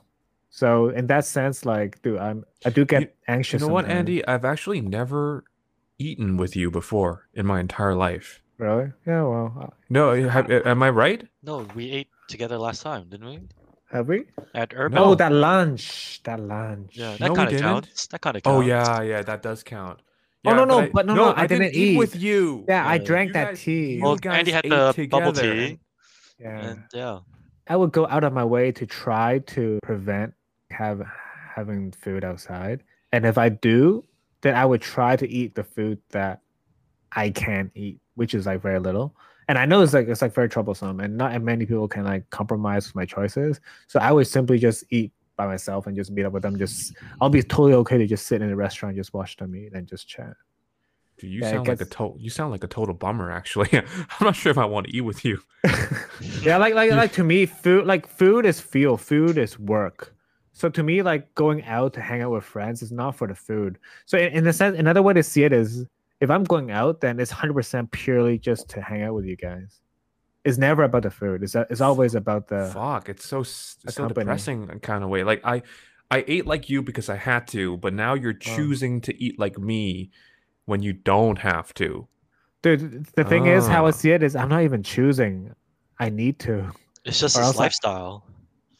[SPEAKER 4] So in that sense, like, dude, I'm I do get
[SPEAKER 3] You- You
[SPEAKER 4] anxious.
[SPEAKER 3] know what,
[SPEAKER 4] sometimes.
[SPEAKER 3] Andy? I've actually never eaten with you before in my entire life.
[SPEAKER 4] Really? Yeah. Well, uh,
[SPEAKER 3] No, have, am I right?
[SPEAKER 2] No, we ate together last time, didn't we?
[SPEAKER 4] have we?
[SPEAKER 2] At Urban.
[SPEAKER 4] Oh,
[SPEAKER 3] No.
[SPEAKER 4] that lunch. That lunch.
[SPEAKER 2] yeah,
[SPEAKER 3] No,
[SPEAKER 2] that
[SPEAKER 3] we
[SPEAKER 2] kind of
[SPEAKER 3] didn't.
[SPEAKER 2] counts. That kind of
[SPEAKER 3] Oh
[SPEAKER 2] counts.
[SPEAKER 3] yeah, yeah, that does count.
[SPEAKER 4] Oh,
[SPEAKER 3] Yeah,
[SPEAKER 4] no, no, but no, no, I didn't eat.
[SPEAKER 3] with you.
[SPEAKER 4] Yeah, I
[SPEAKER 2] Yeah.
[SPEAKER 4] drank
[SPEAKER 3] You
[SPEAKER 4] that
[SPEAKER 3] guys-
[SPEAKER 4] tea.
[SPEAKER 2] Well,
[SPEAKER 3] you guys
[SPEAKER 2] Andy had
[SPEAKER 3] ate
[SPEAKER 2] the bubble
[SPEAKER 3] together.
[SPEAKER 2] tea.
[SPEAKER 4] yeah.
[SPEAKER 2] And yeah.
[SPEAKER 4] I would go out of my way to try to prevent have having food outside, and if I do, then I would try to eat the food that I can eat, which is like very little. And I know it's like it's like very troublesome, and not many people can like compromise with my choices. So I would simply just eat by myself and just meet up with them. Just I'll be totally okay to just sit in a restaurant, just watch them eat, and just chat. <laughs>
[SPEAKER 3] Dude, you
[SPEAKER 4] Yeah, I
[SPEAKER 3] sound like a
[SPEAKER 4] guess-
[SPEAKER 3] total. You sound like a total bummer. Actually, <laughs> I'm not sure if I want to eat with you.
[SPEAKER 4] yeah like like like to me food like food is fuel food is work so to me like going out to hang out with friends is not for the food so in, in a sense another way to see it is if i'm going out then it's 100% purely just to hang out with you guys it's never about the food it's, it's always about the
[SPEAKER 3] Fuck, it's so s-
[SPEAKER 4] a
[SPEAKER 3] so
[SPEAKER 4] company.
[SPEAKER 3] depressing kind of way. Like I, I ate like you because I had to, but now you're choosing to eat like me when you don't have to.
[SPEAKER 4] Dude, the thing is, how
[SPEAKER 3] Ah.
[SPEAKER 4] I see it is, I'm not even choosing. I need to.
[SPEAKER 2] It's just
[SPEAKER 4] Or
[SPEAKER 2] his
[SPEAKER 4] else I-
[SPEAKER 2] lifestyle.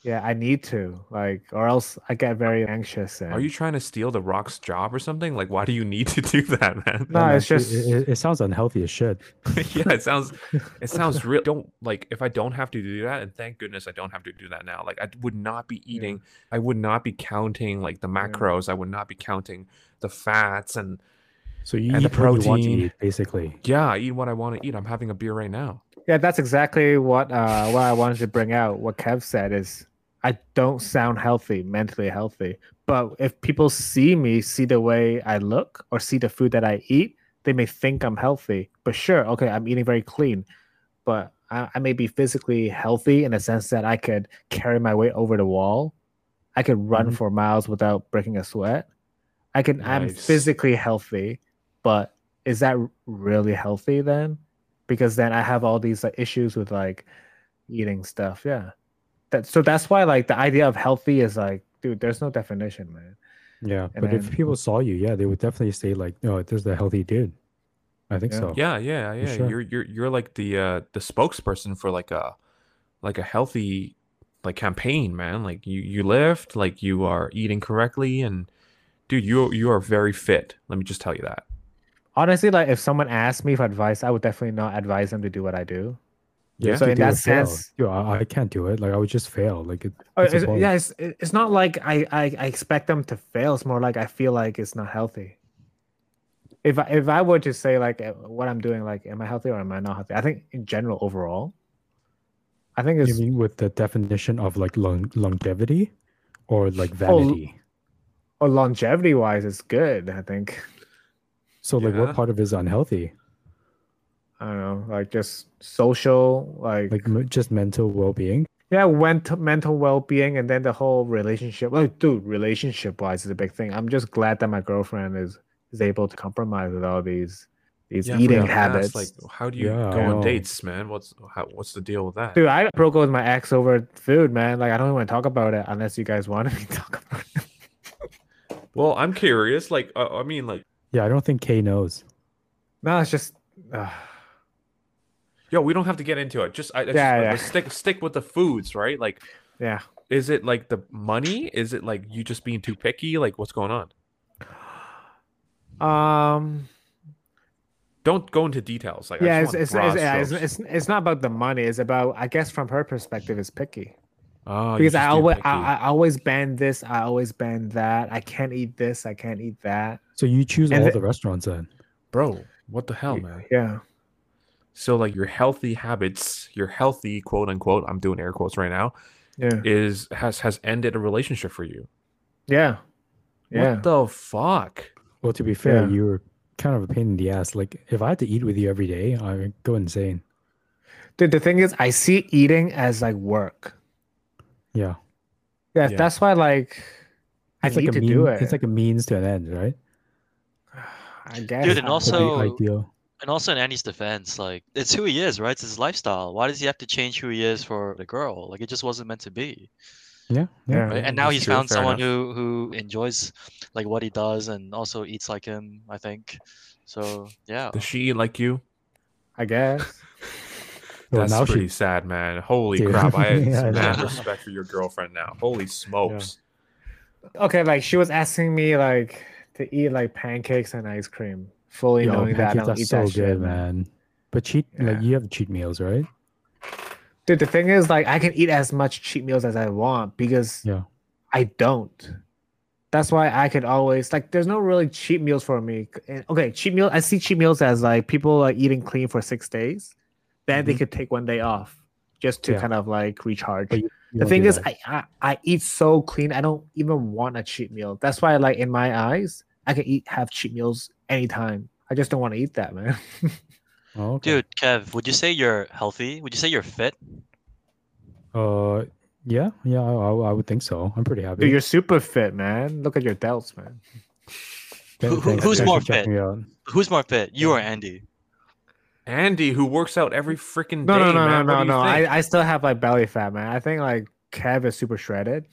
[SPEAKER 4] Yeah, I need to. Like, or else I get very anxious. And
[SPEAKER 3] Are you trying to steal The Rock's job or something? Like, why do you need to do <laughs> that, man?
[SPEAKER 4] No,
[SPEAKER 1] man,
[SPEAKER 4] it's
[SPEAKER 1] it-
[SPEAKER 4] just-
[SPEAKER 1] it, it- it sounds unhealthy as shit.
[SPEAKER 3] <laughs> yeah, it sounds it sounds real. Don't like if I don't have to do that, and thank goodness I don't have to do that now. Like I would not be eating, I would not be counting like the macros, I would not be counting the fats, and
[SPEAKER 1] So you
[SPEAKER 3] And the
[SPEAKER 1] eat what you want to
[SPEAKER 3] protein.
[SPEAKER 1] eat, basically.
[SPEAKER 3] yeah, I eat what I want to eat. I'm having a beer right now.
[SPEAKER 4] Yeah, that's exactly what uh what I wanted to bring out. What Kev said is I don't sound healthy, mentally healthy. But if people see me, see the way I look or see the food that I eat, they may think I'm healthy. But sure, okay, I'm eating very clean, but I, I may be physically healthy in the sense that I could carry my weight over the wall. I could run
[SPEAKER 1] Mhm.
[SPEAKER 4] for miles without breaking a sweat. I can I'm
[SPEAKER 3] Nice.
[SPEAKER 4] physically healthy, but is that r- really healthy then? Because then I have all these like issues with like eating stuff. Yeah. That so that's why like the idea of healthy is like, dude, there's no definition, man.
[SPEAKER 1] Yeah,
[SPEAKER 4] And
[SPEAKER 1] but if
[SPEAKER 4] then-
[SPEAKER 1] people saw you, yeah, they would definitely say like, "No, this is a healthy dude." I think
[SPEAKER 4] Yeah.
[SPEAKER 1] so.
[SPEAKER 3] Yeah, yeah, yeah.
[SPEAKER 1] sure.
[SPEAKER 3] You're you're you're like the uh the spokesperson for like a like a healthy like campaign, man. Like you you lift, like you are eating correctly, and dude, you you are very fit. Let me just tell you that.
[SPEAKER 4] Honestly, like if someone asked me for advice, I would definitely not advise them to do what I do.
[SPEAKER 1] You
[SPEAKER 3] Yeah.
[SPEAKER 1] have
[SPEAKER 4] So
[SPEAKER 1] to
[SPEAKER 4] in
[SPEAKER 1] do
[SPEAKER 4] that
[SPEAKER 1] it, fail.
[SPEAKER 4] sense-
[SPEAKER 1] Yo, I, I can't do it. Like I would just fail. Like it,
[SPEAKER 4] Oh,
[SPEAKER 1] What's the
[SPEAKER 4] it's,
[SPEAKER 1] point?
[SPEAKER 4] yeah, it's it- it's not like I, I I expect them to fail. It's more like I feel like it's not healthy. If I, if I were to say like uh, what I'm doing, like am I healthy or am I not healthy? I think in general, overall, I think
[SPEAKER 1] you
[SPEAKER 4] it's
[SPEAKER 1] mean with the definition of like lon- longevity or like
[SPEAKER 4] Oh,
[SPEAKER 1] vanity?
[SPEAKER 4] or longevity wise, it's good. I think
[SPEAKER 1] so like,
[SPEAKER 3] Yeah.
[SPEAKER 1] what part of it is unhealthy?
[SPEAKER 4] I don't know, like just social, like,
[SPEAKER 1] Like m- just mental well-being.
[SPEAKER 4] yeah, went mental well being, and then the whole relationship. Well, dude, relationship wise is a big thing. I'm just glad that my girlfriend is is able to compromise with all these these
[SPEAKER 3] Yeah, I
[SPEAKER 4] eating
[SPEAKER 3] forgot to ask,
[SPEAKER 4] habits.
[SPEAKER 3] like, how do you
[SPEAKER 1] Yeah,
[SPEAKER 3] go
[SPEAKER 1] I
[SPEAKER 3] on
[SPEAKER 1] know.
[SPEAKER 3] dates, man? What's how, what's the deal with that?
[SPEAKER 4] Dude, I broke up with my ex over food, man. Like, I don't even want to talk about it unless you guys want me to talk about it. <laughs>
[SPEAKER 3] Well, I'm curious. Like, uh, I mean, like,
[SPEAKER 1] Yeah, I don't think Kay knows.
[SPEAKER 4] No, it's just, uh,
[SPEAKER 3] yo, we don't have to get into it. Just, I, I just,
[SPEAKER 4] Yeah,
[SPEAKER 3] like,
[SPEAKER 4] yeah.
[SPEAKER 3] let's stick stick with the foods, right? Like,
[SPEAKER 4] yeah.
[SPEAKER 3] is it like the money? Is it like you just being too picky? Like, what's going on?
[SPEAKER 4] Um,
[SPEAKER 3] Don't go into details. Like,
[SPEAKER 4] yeah,
[SPEAKER 3] I
[SPEAKER 4] it's
[SPEAKER 3] just
[SPEAKER 4] it's,
[SPEAKER 3] want
[SPEAKER 4] it's,
[SPEAKER 3] broad
[SPEAKER 4] yeah, it's,
[SPEAKER 3] strokes.
[SPEAKER 4] it's it's not about the money. It's about, I guess, from her perspective, it's picky
[SPEAKER 3] Oh, you're
[SPEAKER 4] because I
[SPEAKER 3] just being
[SPEAKER 4] always
[SPEAKER 3] picky.
[SPEAKER 4] I, I always ban this, I always ban that. I can't eat this, I can't eat that.
[SPEAKER 1] So you choose
[SPEAKER 4] And
[SPEAKER 1] all
[SPEAKER 4] the-
[SPEAKER 1] the restaurants then.
[SPEAKER 3] bro, what the hell, man?
[SPEAKER 4] Yeah,
[SPEAKER 3] So, like, your healthy habits, your healthy quote unquote, I'm doing air quotes right now,
[SPEAKER 4] yeah,
[SPEAKER 3] is has has ended a relationship for you.
[SPEAKER 4] yeah, yeah.
[SPEAKER 3] What the fuck?
[SPEAKER 1] Well, to be fair,
[SPEAKER 4] Yeah.
[SPEAKER 1] you were kind of a pain in the ass. Like if I had to eat with you every day, I would go insane.
[SPEAKER 4] Dude, the thing is, I see eating as like work.
[SPEAKER 1] Yeah,
[SPEAKER 4] Yeah,
[SPEAKER 3] Yeah.
[SPEAKER 4] that's why like I
[SPEAKER 1] it's
[SPEAKER 4] need
[SPEAKER 1] like a
[SPEAKER 4] to
[SPEAKER 1] mean,
[SPEAKER 4] do it.
[SPEAKER 1] It's like a means to an end, right?
[SPEAKER 4] <sighs> I guess.
[SPEAKER 1] That's
[SPEAKER 2] and
[SPEAKER 4] I don't
[SPEAKER 1] not the
[SPEAKER 4] know.
[SPEAKER 2] also-
[SPEAKER 1] ideal.
[SPEAKER 2] And also in Andy's defense, like it's who he is, right? It's his lifestyle. Why does he have to change who he is for the girl? Like it just wasn't meant to be.
[SPEAKER 1] Yeah, yeah.
[SPEAKER 4] Yeah.
[SPEAKER 2] Right? And
[SPEAKER 3] Yeah,
[SPEAKER 2] now
[SPEAKER 3] that's
[SPEAKER 2] he's
[SPEAKER 3] true,
[SPEAKER 2] found
[SPEAKER 3] fair
[SPEAKER 2] someone
[SPEAKER 3] enough.
[SPEAKER 2] who who enjoys like what he does and also eats like him, I think. So yeah.
[SPEAKER 3] Does she eat like you?
[SPEAKER 4] I guess.
[SPEAKER 1] Well,
[SPEAKER 3] That's
[SPEAKER 1] Oh, now she-
[SPEAKER 3] pretty sad, man. Holy
[SPEAKER 1] Dude.
[SPEAKER 3] crap!
[SPEAKER 1] <laughs>
[SPEAKER 3] I have
[SPEAKER 1] Yeah, I
[SPEAKER 3] mad
[SPEAKER 2] know.
[SPEAKER 3] respect for your girlfriend now. Holy smokes!
[SPEAKER 4] Okay, like she was asking me like to eat like pancakes and ice cream, fully
[SPEAKER 1] Yo,
[SPEAKER 4] knowing that I
[SPEAKER 1] pancakes
[SPEAKER 4] don't
[SPEAKER 1] are
[SPEAKER 4] eat
[SPEAKER 1] so
[SPEAKER 4] that
[SPEAKER 1] good,
[SPEAKER 4] shit,
[SPEAKER 1] man. But cheat,
[SPEAKER 4] Yeah.
[SPEAKER 1] like you have cheat meals, right?
[SPEAKER 4] Dude, the thing is, like, I can eat as much cheat meals as I want because
[SPEAKER 1] Yeah.
[SPEAKER 4] I don't. That's why I could always like. There's no really cheat meals for me. And- Okay, cheat meal. I see cheat meals as like people are eating clean for six days, then they
[SPEAKER 1] Mhm.
[SPEAKER 4] could take one day off just to
[SPEAKER 1] Yeah.
[SPEAKER 4] kind of like recharge.
[SPEAKER 1] But you- You
[SPEAKER 4] the
[SPEAKER 1] don't
[SPEAKER 4] thing
[SPEAKER 1] do
[SPEAKER 4] is
[SPEAKER 1] that.
[SPEAKER 4] I, I i eat so clean i don't even want a cheat meal that's why like in my eyes i can eat have cheat meals anytime i just don't want to eat that man <laughs>
[SPEAKER 1] oh, okay.
[SPEAKER 2] Dude, Kev, would you say you're healthy? Would you say you're fit?
[SPEAKER 1] Uh, yeah, yeah, I, I, I would think so. I'm pretty happy.
[SPEAKER 4] dude you're super fit man look at your delts man
[SPEAKER 1] Th-
[SPEAKER 2] Who- who-
[SPEAKER 1] thanks-
[SPEAKER 2] who's
[SPEAKER 1] thanks
[SPEAKER 2] more
[SPEAKER 1] for checking me out.
[SPEAKER 2] Who's more fit? You or Andy?
[SPEAKER 3] Andy, who works out every freaking
[SPEAKER 4] no
[SPEAKER 3] day.
[SPEAKER 4] no no
[SPEAKER 3] man.
[SPEAKER 4] no no
[SPEAKER 3] What do
[SPEAKER 4] no
[SPEAKER 3] you think?
[SPEAKER 4] I, I still have like belly fat man i think like kev is super shredded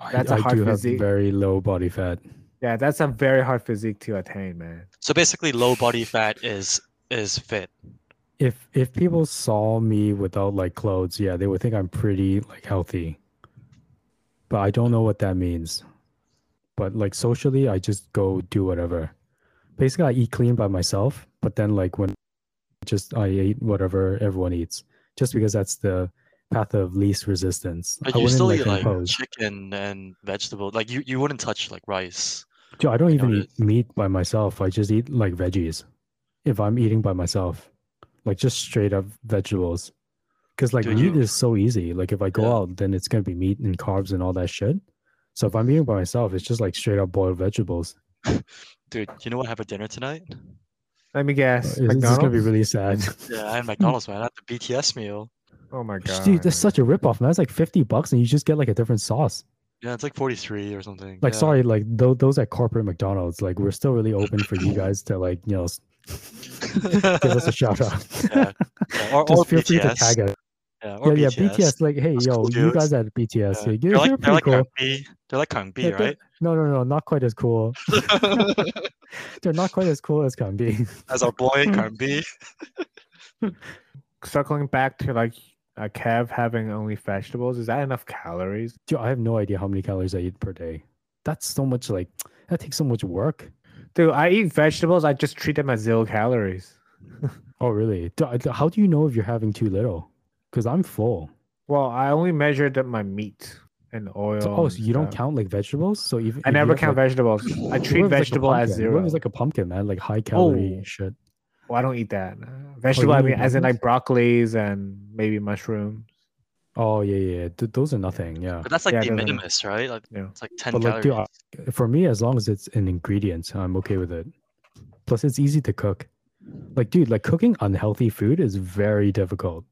[SPEAKER 1] I-
[SPEAKER 4] That's a
[SPEAKER 1] I
[SPEAKER 4] hard
[SPEAKER 1] do
[SPEAKER 4] physique.
[SPEAKER 1] have very low body fat.
[SPEAKER 4] yeah that's a very hard physique to attain man
[SPEAKER 2] So basically low body fat is is fit.
[SPEAKER 1] If if people saw me without like clothes, yeah, they would think I'm pretty like healthy. But I don't know what that means. But like socially, I just go do whatever. Basically, I eat clean by myself, but then like when just I ate whatever everyone eats, just because that's the path of least resistance.
[SPEAKER 2] But
[SPEAKER 1] I
[SPEAKER 2] you
[SPEAKER 1] wouldn't,
[SPEAKER 2] still eat like
[SPEAKER 1] impose.
[SPEAKER 2] chicken and vegetable. Like you, you wouldn't touch like rice.
[SPEAKER 1] Dude, I don't
[SPEAKER 2] you
[SPEAKER 1] even
[SPEAKER 2] know,
[SPEAKER 1] eat meat by myself. I just eat like veggies. If I'm eating by myself, like just straight up vegetables. Because like
[SPEAKER 2] Dude,
[SPEAKER 1] meat
[SPEAKER 2] you-
[SPEAKER 1] is so easy. Like if I go
[SPEAKER 2] Yeah.
[SPEAKER 1] out, then it's gonna be meat and carbs and all that shit. So if I'm eating by myself, it's just like straight up boiled vegetables.
[SPEAKER 2] Dude, you know what I have for dinner tonight?
[SPEAKER 4] Let me guess.
[SPEAKER 1] It's it's gonna be
[SPEAKER 4] McDonald's?
[SPEAKER 1] really sad.
[SPEAKER 2] Yeah,
[SPEAKER 1] Hmm.
[SPEAKER 2] I had McDonald's, man. I had the BTS meal.
[SPEAKER 4] Oh my
[SPEAKER 1] <laughs>
[SPEAKER 4] god.
[SPEAKER 1] Dude, that's such a ripoff, man. It's like fifty bucks, and you just get like a different sauce.
[SPEAKER 2] Yeah, it's like 43 or something.
[SPEAKER 1] Like,
[SPEAKER 2] yeah. <laughs>
[SPEAKER 1] sorry, <laughs> like th- those at corporate McDonald's, like we're still really open for you guys to like, you know, s- give
[SPEAKER 2] <laughs>
[SPEAKER 1] us a shout out.
[SPEAKER 2] Yeah, yeah,
[SPEAKER 1] <laughs>
[SPEAKER 2] Or,
[SPEAKER 1] just
[SPEAKER 2] or
[SPEAKER 1] feel
[SPEAKER 2] BTS.
[SPEAKER 1] free to tag us.
[SPEAKER 2] Yeah, or
[SPEAKER 1] yeah,
[SPEAKER 2] BTS.
[SPEAKER 1] yeah, BTS. Like, hey,
[SPEAKER 2] Us
[SPEAKER 1] yo,
[SPEAKER 2] cool
[SPEAKER 1] you
[SPEAKER 2] dudes.
[SPEAKER 1] guys at BTS,
[SPEAKER 2] Yeah.
[SPEAKER 1] yeah,
[SPEAKER 2] They're
[SPEAKER 1] you're,
[SPEAKER 2] like
[SPEAKER 1] you're
[SPEAKER 2] they're
[SPEAKER 1] pretty
[SPEAKER 2] like
[SPEAKER 1] cool.
[SPEAKER 2] Kang B. They're like Kang B,
[SPEAKER 1] Yeah, they're-
[SPEAKER 2] right?
[SPEAKER 1] No, no, no, not quite as cool. They're not quite as cool as can be.
[SPEAKER 2] <laughs>
[SPEAKER 1] <laughs>
[SPEAKER 2] As our boy Kang B.
[SPEAKER 4] Circling back to like a Kev having only vegetables, is that enough calories?
[SPEAKER 1] Dude, I have no idea how many calories I eat per day. That's so much. Like, that takes so much work.
[SPEAKER 4] Dude, I eat vegetables. I just treat them as zero calories.
[SPEAKER 1] Oh, really? Do- I- How do you know if you're having too little? Because I'm full.
[SPEAKER 4] Well, I only measured up my meat and oil.
[SPEAKER 1] So, oh,
[SPEAKER 4] and
[SPEAKER 1] so you don't
[SPEAKER 4] stuff.
[SPEAKER 1] count like vegetables? So even
[SPEAKER 4] I
[SPEAKER 1] if you
[SPEAKER 4] never
[SPEAKER 1] have,
[SPEAKER 4] count
[SPEAKER 1] like-
[SPEAKER 4] vegetables. I treat
[SPEAKER 1] what if it's, like, a
[SPEAKER 4] vegetable as
[SPEAKER 1] pumpkin?
[SPEAKER 4] zero.
[SPEAKER 1] What if it's like a pumpkin, man? Like high calorie
[SPEAKER 4] Oh.
[SPEAKER 1] shit.
[SPEAKER 4] well, I don't eat that. Uh, Vegetable,
[SPEAKER 1] Oh, don't
[SPEAKER 4] I mean,
[SPEAKER 1] eat
[SPEAKER 4] as in like broccolis and maybe mushrooms.
[SPEAKER 1] Oh yeah, yeah. yeah. Th- those are nothing. Yeah.
[SPEAKER 2] But that's like
[SPEAKER 4] Yeah, it
[SPEAKER 2] de
[SPEAKER 4] doesn't-
[SPEAKER 2] minimis, right? Like
[SPEAKER 4] Yeah.
[SPEAKER 2] it's like 10
[SPEAKER 1] But like,
[SPEAKER 2] calories.
[SPEAKER 1] dude, I- for me, as long as it's an ingredient, I'm okay with it. Plus, it's easy to cook. Like, dude, like cooking unhealthy food is very difficult.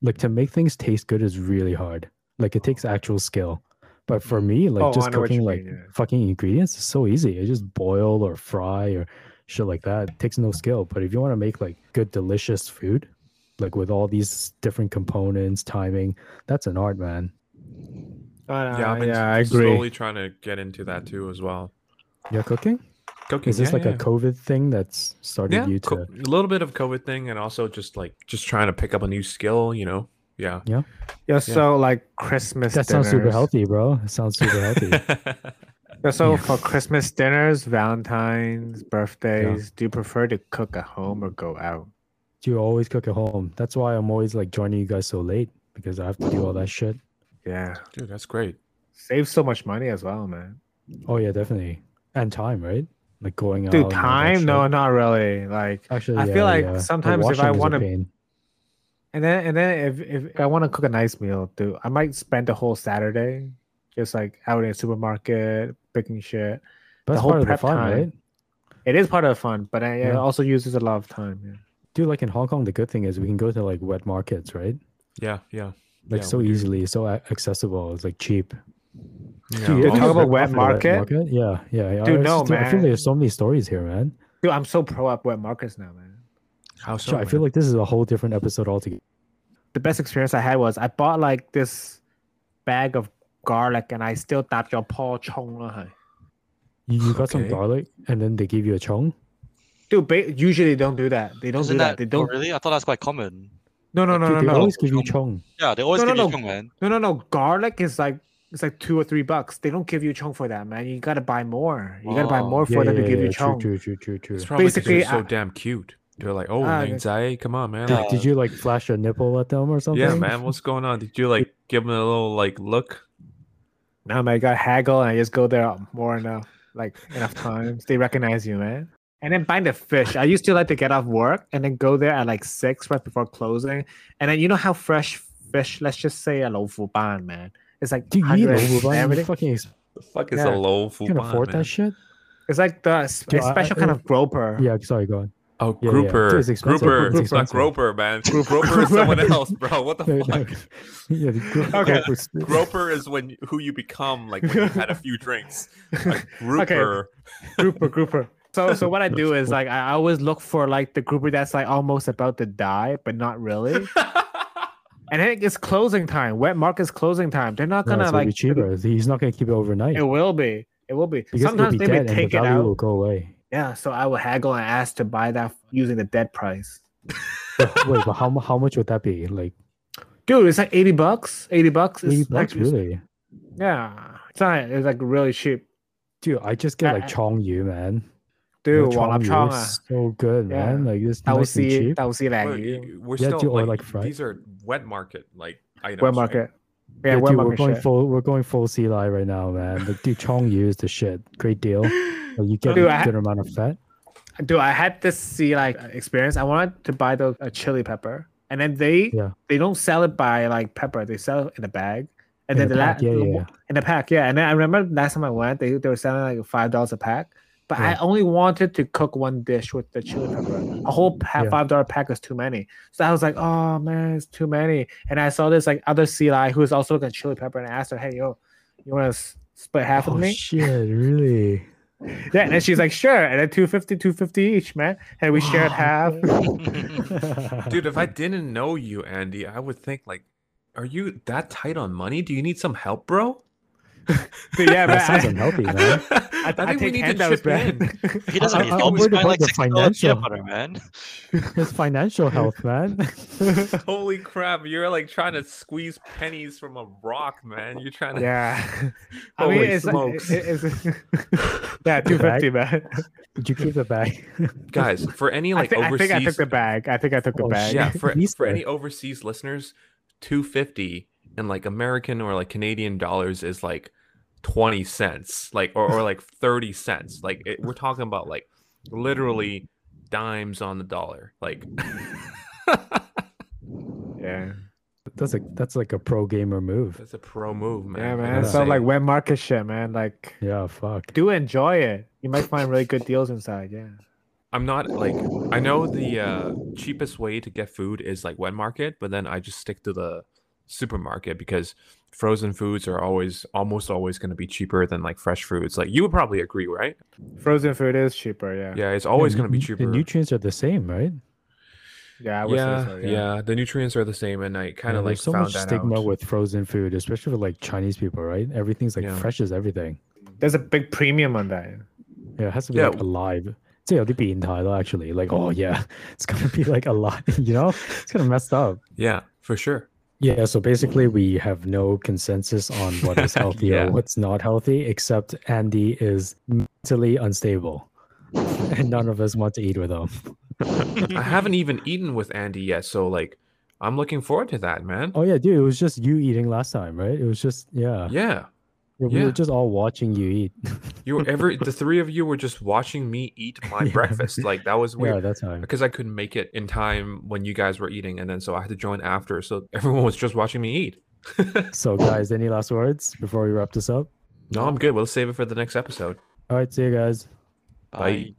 [SPEAKER 1] Like to make things taste good is really hard. Like it takes actual skill. But for me, like
[SPEAKER 4] Oh, I
[SPEAKER 1] just
[SPEAKER 4] know what you
[SPEAKER 1] cooking like
[SPEAKER 4] mean, yeah.
[SPEAKER 1] fucking ingredients is so easy. I just boil or fry or shit like that. It takes no skill. But if you want to make like good, delicious food, like with all these different components, timing, that's an art, man.
[SPEAKER 4] Uh,
[SPEAKER 3] yeah, I've been
[SPEAKER 4] yeah, I
[SPEAKER 3] s-
[SPEAKER 4] agree.
[SPEAKER 3] slowly trying to get into that too as well.
[SPEAKER 1] You're cooking?
[SPEAKER 3] Cooking
[SPEAKER 1] Is this
[SPEAKER 3] yeah,
[SPEAKER 1] like
[SPEAKER 3] yeah.
[SPEAKER 1] a COVID thing that's started
[SPEAKER 3] yeah,
[SPEAKER 1] you to?
[SPEAKER 3] co- a little bit of COVID thing, and also just like just trying to pick up a new skill, you know. Yeah.
[SPEAKER 4] You're so like Christmas.
[SPEAKER 1] That sounds super
[SPEAKER 4] dinners.
[SPEAKER 1] healthy, bro. It sounds super
[SPEAKER 3] <laughs>
[SPEAKER 1] healthy.
[SPEAKER 4] Yeah, so
[SPEAKER 1] Yeah.
[SPEAKER 4] for Christmas dinners, Valentine's, birthdays, do you prefer to cook at home or go out?
[SPEAKER 1] Do you always cook at home? That's why I'm always like joining you guys so late because I have to do all that shit.
[SPEAKER 4] Yeah.
[SPEAKER 3] Dude, that's great.
[SPEAKER 4] Save so much money as well, man.
[SPEAKER 1] Oh yeah, definitely. And time, right? Like going out.
[SPEAKER 4] Dude,
[SPEAKER 1] and all oh, that
[SPEAKER 4] time?
[SPEAKER 1] shit. Oh.
[SPEAKER 4] No, not really. Like
[SPEAKER 1] Actually,
[SPEAKER 4] I
[SPEAKER 1] yeah,
[SPEAKER 4] feel like
[SPEAKER 1] yeah. The
[SPEAKER 4] sometimes if
[SPEAKER 1] washing
[SPEAKER 4] I
[SPEAKER 1] is a
[SPEAKER 4] wanna-
[SPEAKER 1] pain.
[SPEAKER 4] and then and then if, if I want to cook a nice meal, dude, I might spend the whole Saturday just like out in the supermarket, picking shit.
[SPEAKER 1] But that's
[SPEAKER 4] whole
[SPEAKER 1] part of the
[SPEAKER 4] prep
[SPEAKER 1] fun,
[SPEAKER 4] time.
[SPEAKER 1] right?
[SPEAKER 4] It is part of the fun, but I, it
[SPEAKER 1] Yeah.
[SPEAKER 4] also uses a lot of time. Yeah.
[SPEAKER 1] Dude, like in Hong Kong, the good thing is we can go to like wet markets, right?
[SPEAKER 3] Yeah, yeah.
[SPEAKER 1] Like
[SPEAKER 3] Yeah,
[SPEAKER 1] so
[SPEAKER 3] we do.
[SPEAKER 1] easily, so a- accessible. It's like cheap. Dude,
[SPEAKER 3] Yeah,
[SPEAKER 1] all
[SPEAKER 4] Dude, talk
[SPEAKER 1] the
[SPEAKER 4] about wet
[SPEAKER 1] profit of
[SPEAKER 4] market?
[SPEAKER 1] Yeah, yeah. yeah.
[SPEAKER 4] Dude,
[SPEAKER 1] I
[SPEAKER 4] no,
[SPEAKER 1] just- I feel
[SPEAKER 4] man.
[SPEAKER 1] there's so many stories here, man.
[SPEAKER 4] Dude, I'm so pro at wet markets now, man.
[SPEAKER 3] how
[SPEAKER 1] Sure, I feel like this is a whole different episode altogether.
[SPEAKER 4] the best experience I had was I bought like this bag of garlic and I still tap your paw chong lah hai.
[SPEAKER 1] You, you got some
[SPEAKER 3] Okay.
[SPEAKER 1] garlic, and then they give you a chong.
[SPEAKER 4] Dude, ba- usually they don't do that. They don't
[SPEAKER 2] Isn't
[SPEAKER 4] do that.
[SPEAKER 2] that,
[SPEAKER 4] They
[SPEAKER 2] oh,
[SPEAKER 4] don't.
[SPEAKER 2] really? I thought that's quite common.
[SPEAKER 4] No, no, no,
[SPEAKER 1] Dude,
[SPEAKER 4] no,
[SPEAKER 1] they
[SPEAKER 4] no,
[SPEAKER 1] always give you chong.
[SPEAKER 2] Yeah, they always
[SPEAKER 4] No, no,
[SPEAKER 2] give you
[SPEAKER 4] no.
[SPEAKER 2] chong, man.
[SPEAKER 4] no, no, no. Garlic is like it's like two or three bucks. They don't give you chong for that, man. You gotta buy more. You gotta buy
[SPEAKER 2] Oh,
[SPEAKER 4] more for them to give
[SPEAKER 1] true,
[SPEAKER 4] you chong.
[SPEAKER 1] true, true, true, true.
[SPEAKER 3] it's probably
[SPEAKER 4] Basically,
[SPEAKER 3] basically so
[SPEAKER 4] I-
[SPEAKER 3] damn cute. They're like, oh,
[SPEAKER 4] Ah,
[SPEAKER 3] uh,
[SPEAKER 4] they-
[SPEAKER 3] come on, man.
[SPEAKER 1] Did,
[SPEAKER 3] Like,
[SPEAKER 1] did you like flash a nipple at them or something?
[SPEAKER 3] yeah, man, what's going on? Did you like give him a little like look?
[SPEAKER 4] Now man, I got haggle and I just go there more enough, like enough times. They recognize you, man. And then buying the fish. I used to like to get off work and then go there at like six right before closing. And then you know how fresh fish, let's just say a low fu ban, man. It's like
[SPEAKER 1] Do you eat
[SPEAKER 4] 170.
[SPEAKER 1] overbun? Fucking ex-
[SPEAKER 3] The fuck is
[SPEAKER 4] Yeah.
[SPEAKER 3] a low
[SPEAKER 1] you
[SPEAKER 3] full
[SPEAKER 1] can
[SPEAKER 3] bun,
[SPEAKER 1] afford
[SPEAKER 3] man?
[SPEAKER 1] that shit?
[SPEAKER 4] It's like the s-
[SPEAKER 1] Dude,
[SPEAKER 4] a
[SPEAKER 1] I- I- uh,
[SPEAKER 4] special kind of groper.
[SPEAKER 1] Yeah, sorry, go on.
[SPEAKER 3] Oh,
[SPEAKER 1] Yeah, yeah. Dude,
[SPEAKER 3] grouper,
[SPEAKER 1] it's expensive.
[SPEAKER 3] grouper,
[SPEAKER 1] It's
[SPEAKER 3] not
[SPEAKER 1] expensive.
[SPEAKER 3] groper, man. Groper is someone else, bro. What the
[SPEAKER 1] No,
[SPEAKER 3] fuck?
[SPEAKER 1] no. <laughs> yeah, the gro-
[SPEAKER 4] Okay.
[SPEAKER 1] groper's-
[SPEAKER 3] Groper is when who you become, like when you had a few drinks. A grouper.
[SPEAKER 4] <laughs> grouper, grouper.
[SPEAKER 1] <laughs>
[SPEAKER 4] So so what I do is like I always look for like the grouper that's like almost about to die, but
[SPEAKER 1] <laughs>
[SPEAKER 4] not really. And then it's closing time. Wet market's closing time. They're not
[SPEAKER 1] No,
[SPEAKER 4] gonna
[SPEAKER 1] it's gonna
[SPEAKER 4] like
[SPEAKER 1] be cheaper. He's not gonna keep it overnight
[SPEAKER 4] It will be. It will be.
[SPEAKER 1] because it'll
[SPEAKER 4] Sometimes
[SPEAKER 1] be
[SPEAKER 4] they may
[SPEAKER 1] dead and the
[SPEAKER 4] take it
[SPEAKER 1] value
[SPEAKER 4] out.
[SPEAKER 1] will go away.
[SPEAKER 4] Yeah, so I would haggle and ask to buy that using the dead price.
[SPEAKER 1] But wait, but how mu- how much would that be? Like
[SPEAKER 4] Dude, it's like 80 bucks. 80 bucks. It's
[SPEAKER 1] eighty bucks,
[SPEAKER 4] like-
[SPEAKER 1] really?
[SPEAKER 4] Yeah. It's not, it's like really cheap.
[SPEAKER 1] Dude, I just get like
[SPEAKER 4] I- I-
[SPEAKER 1] Chong Yu, man. You know,
[SPEAKER 4] Dude, Wang
[SPEAKER 1] Yu
[SPEAKER 4] Chong.
[SPEAKER 1] is so good,
[SPEAKER 4] Yeah.
[SPEAKER 1] man. Like this
[SPEAKER 4] That will
[SPEAKER 1] nice and
[SPEAKER 4] see
[SPEAKER 1] cheap.
[SPEAKER 4] that will see that.
[SPEAKER 3] Well,
[SPEAKER 4] you.
[SPEAKER 3] y- We're
[SPEAKER 1] Yeah,
[SPEAKER 3] still
[SPEAKER 1] dude, or,
[SPEAKER 3] like,
[SPEAKER 1] like, fried.
[SPEAKER 3] these are wet market like items.
[SPEAKER 4] Wet
[SPEAKER 3] right?
[SPEAKER 4] market. Yeah,
[SPEAKER 1] Yeah, dude,
[SPEAKER 4] wet
[SPEAKER 1] we're
[SPEAKER 4] market
[SPEAKER 1] going
[SPEAKER 4] shit.
[SPEAKER 1] full. We're going full sea lion right now, man. Like, dude, Chong Yu is the shit. Great deal. Like, you get
[SPEAKER 4] Dude, I
[SPEAKER 1] a
[SPEAKER 4] ha-
[SPEAKER 1] good amount of fat.
[SPEAKER 4] <laughs> Dude, I had this see like experience. I wanted to buy the a chili pepper, and then they
[SPEAKER 1] Yeah.
[SPEAKER 4] they don't sell it by like pepper. They sell it in a bag, and
[SPEAKER 1] In
[SPEAKER 4] then
[SPEAKER 1] a
[SPEAKER 4] the la-
[SPEAKER 1] pack, yeah, yeah, yeah.
[SPEAKER 4] in a pack, yeah. And then I remember last time I went, they they were selling like five dollars a pack. But I
[SPEAKER 1] Yeah.
[SPEAKER 4] only wanted to cook one dish with the chili pepper. A whole pa-
[SPEAKER 1] Yeah.
[SPEAKER 4] five dollar pack is too many. So I was like, oh man, it's too many. And I saw this like other sea lion who is also looking at chili pepper, and I asked her, hey yo, you want to s- split half
[SPEAKER 1] oh
[SPEAKER 4] with me?
[SPEAKER 1] shit! Really?
[SPEAKER 4] Yeah, and then she's like, sure. And then 250, 250 each, man. And we
[SPEAKER 1] Oh,
[SPEAKER 4] shared half.
[SPEAKER 1] <laughs>
[SPEAKER 4] <laughs>
[SPEAKER 3] Dude, if I didn't know you, Andy, I would think like, are you that tight on money? Do you need some help, bro?
[SPEAKER 4] But yeah, man,
[SPEAKER 1] that sounds
[SPEAKER 4] I-
[SPEAKER 1] unhealthy,
[SPEAKER 3] <laughs> I,
[SPEAKER 1] man.
[SPEAKER 4] I, I,
[SPEAKER 3] think we
[SPEAKER 4] take
[SPEAKER 3] need to
[SPEAKER 4] handouts,
[SPEAKER 3] chip
[SPEAKER 4] man.
[SPEAKER 3] in.
[SPEAKER 2] <laughs> He doesn't
[SPEAKER 1] I-
[SPEAKER 2] need
[SPEAKER 1] I'm
[SPEAKER 2] help. He's
[SPEAKER 1] worried
[SPEAKER 2] buying
[SPEAKER 1] about
[SPEAKER 2] like
[SPEAKER 1] the
[SPEAKER 2] sixty dollars shea
[SPEAKER 1] financial-
[SPEAKER 2] butter, man.
[SPEAKER 1] His financial health, man. <laughs>
[SPEAKER 3] Holy crap! You're like trying to squeeze pennies from a rock, man. You're trying
[SPEAKER 1] <laughs>
[SPEAKER 3] to.
[SPEAKER 4] <laughs> yeah. I
[SPEAKER 3] Holy
[SPEAKER 4] mean, it's, like-
[SPEAKER 3] smokes.
[SPEAKER 4] it- it's <laughs> yeah, 250, man.
[SPEAKER 1] Did you keep the bag?
[SPEAKER 3] <laughs> Guys, for any
[SPEAKER 4] I,
[SPEAKER 3] like
[SPEAKER 4] thi- I
[SPEAKER 3] overseas,
[SPEAKER 4] think I took the bag. I think I took the
[SPEAKER 1] Oh,
[SPEAKER 4] bag.
[SPEAKER 3] yeah,
[SPEAKER 1] shit.
[SPEAKER 4] <laughs>
[SPEAKER 3] for,
[SPEAKER 1] He's
[SPEAKER 3] for
[SPEAKER 1] there.
[SPEAKER 3] any overseas listeners, two fifty in like American or like Canadian dollars is like twenty cents, like or,
[SPEAKER 4] <laughs>
[SPEAKER 3] or like thirty cents. Like it, we're talking about like literally dimes on the dollar. Like
[SPEAKER 4] Yeah,
[SPEAKER 1] That's a that's like a pro gamer move.
[SPEAKER 3] that's a pro move, man.
[SPEAKER 4] yeah
[SPEAKER 3] I
[SPEAKER 4] man.
[SPEAKER 1] gotta
[SPEAKER 4] So
[SPEAKER 3] say.
[SPEAKER 4] like wet market shit, man. Like,
[SPEAKER 1] Yeah, fuck.
[SPEAKER 4] do enjoy it. You might find really good deals inside. Yeah.
[SPEAKER 3] I'm not like I know the uh, cheapest way to get food is like wet market, but then I just stick to the supermarket because frozen foods are always almost always going to be cheaper than like fresh foods. Like you would probably agree, right?
[SPEAKER 4] Frozen food is cheaper. Yeah.
[SPEAKER 3] Yeah, it's always
[SPEAKER 1] Yeah,
[SPEAKER 3] going to be
[SPEAKER 1] nu-
[SPEAKER 3] cheaper.
[SPEAKER 1] The nutrients are the same, right?
[SPEAKER 4] Yeah. I would say
[SPEAKER 3] yeah,
[SPEAKER 4] so,
[SPEAKER 3] yeah, the nutrients are the same, and I kind
[SPEAKER 1] Yeah,
[SPEAKER 3] of like
[SPEAKER 1] there's so
[SPEAKER 3] found
[SPEAKER 1] much
[SPEAKER 3] that
[SPEAKER 1] stigma
[SPEAKER 3] out.
[SPEAKER 1] with frozen food, especially with like Chinese people, right? Everything's like
[SPEAKER 3] Yeah.
[SPEAKER 1] fresh as everything.
[SPEAKER 4] There's a big premium on that.
[SPEAKER 1] Yeah, it has to be
[SPEAKER 3] Yeah.
[SPEAKER 1] like alive. It's yeah, they be entitled actually. Like, oh yeah, <laughs> it's gonna be like alive. <laughs> You know, it's kind of messed up.
[SPEAKER 3] Yeah, for sure.
[SPEAKER 1] Yeah, so basically we have no consensus on what is healthy <laughs>
[SPEAKER 3] Yeah.
[SPEAKER 1] or what's not healthy, except Andy is mentally unstable, <laughs> and none of us want to eat with him.
[SPEAKER 3] I haven't even eaten with Andy yet, so like I'm looking forward to that, man.
[SPEAKER 1] Oh yeah, dude, it was just you eating last time, right? It was just yeah,
[SPEAKER 3] Yeah,
[SPEAKER 1] we we
[SPEAKER 3] yeah.
[SPEAKER 1] were just all watching you eat.
[SPEAKER 3] you were every the three of you were just watching me eat
[SPEAKER 1] <laughs>
[SPEAKER 3] my
[SPEAKER 1] Yeah.
[SPEAKER 3] breakfast. Like that was weird.
[SPEAKER 1] yeah, that <laughs> time.
[SPEAKER 3] because I couldn't make it in time when you guys were eating, and then so I had to join after. So everyone was just watching me eat.
[SPEAKER 1] So guys, any last words before we wrap this up?
[SPEAKER 3] No, I'm good. We'll save it for the next episode.
[SPEAKER 1] All right, see you guys.
[SPEAKER 3] Bye.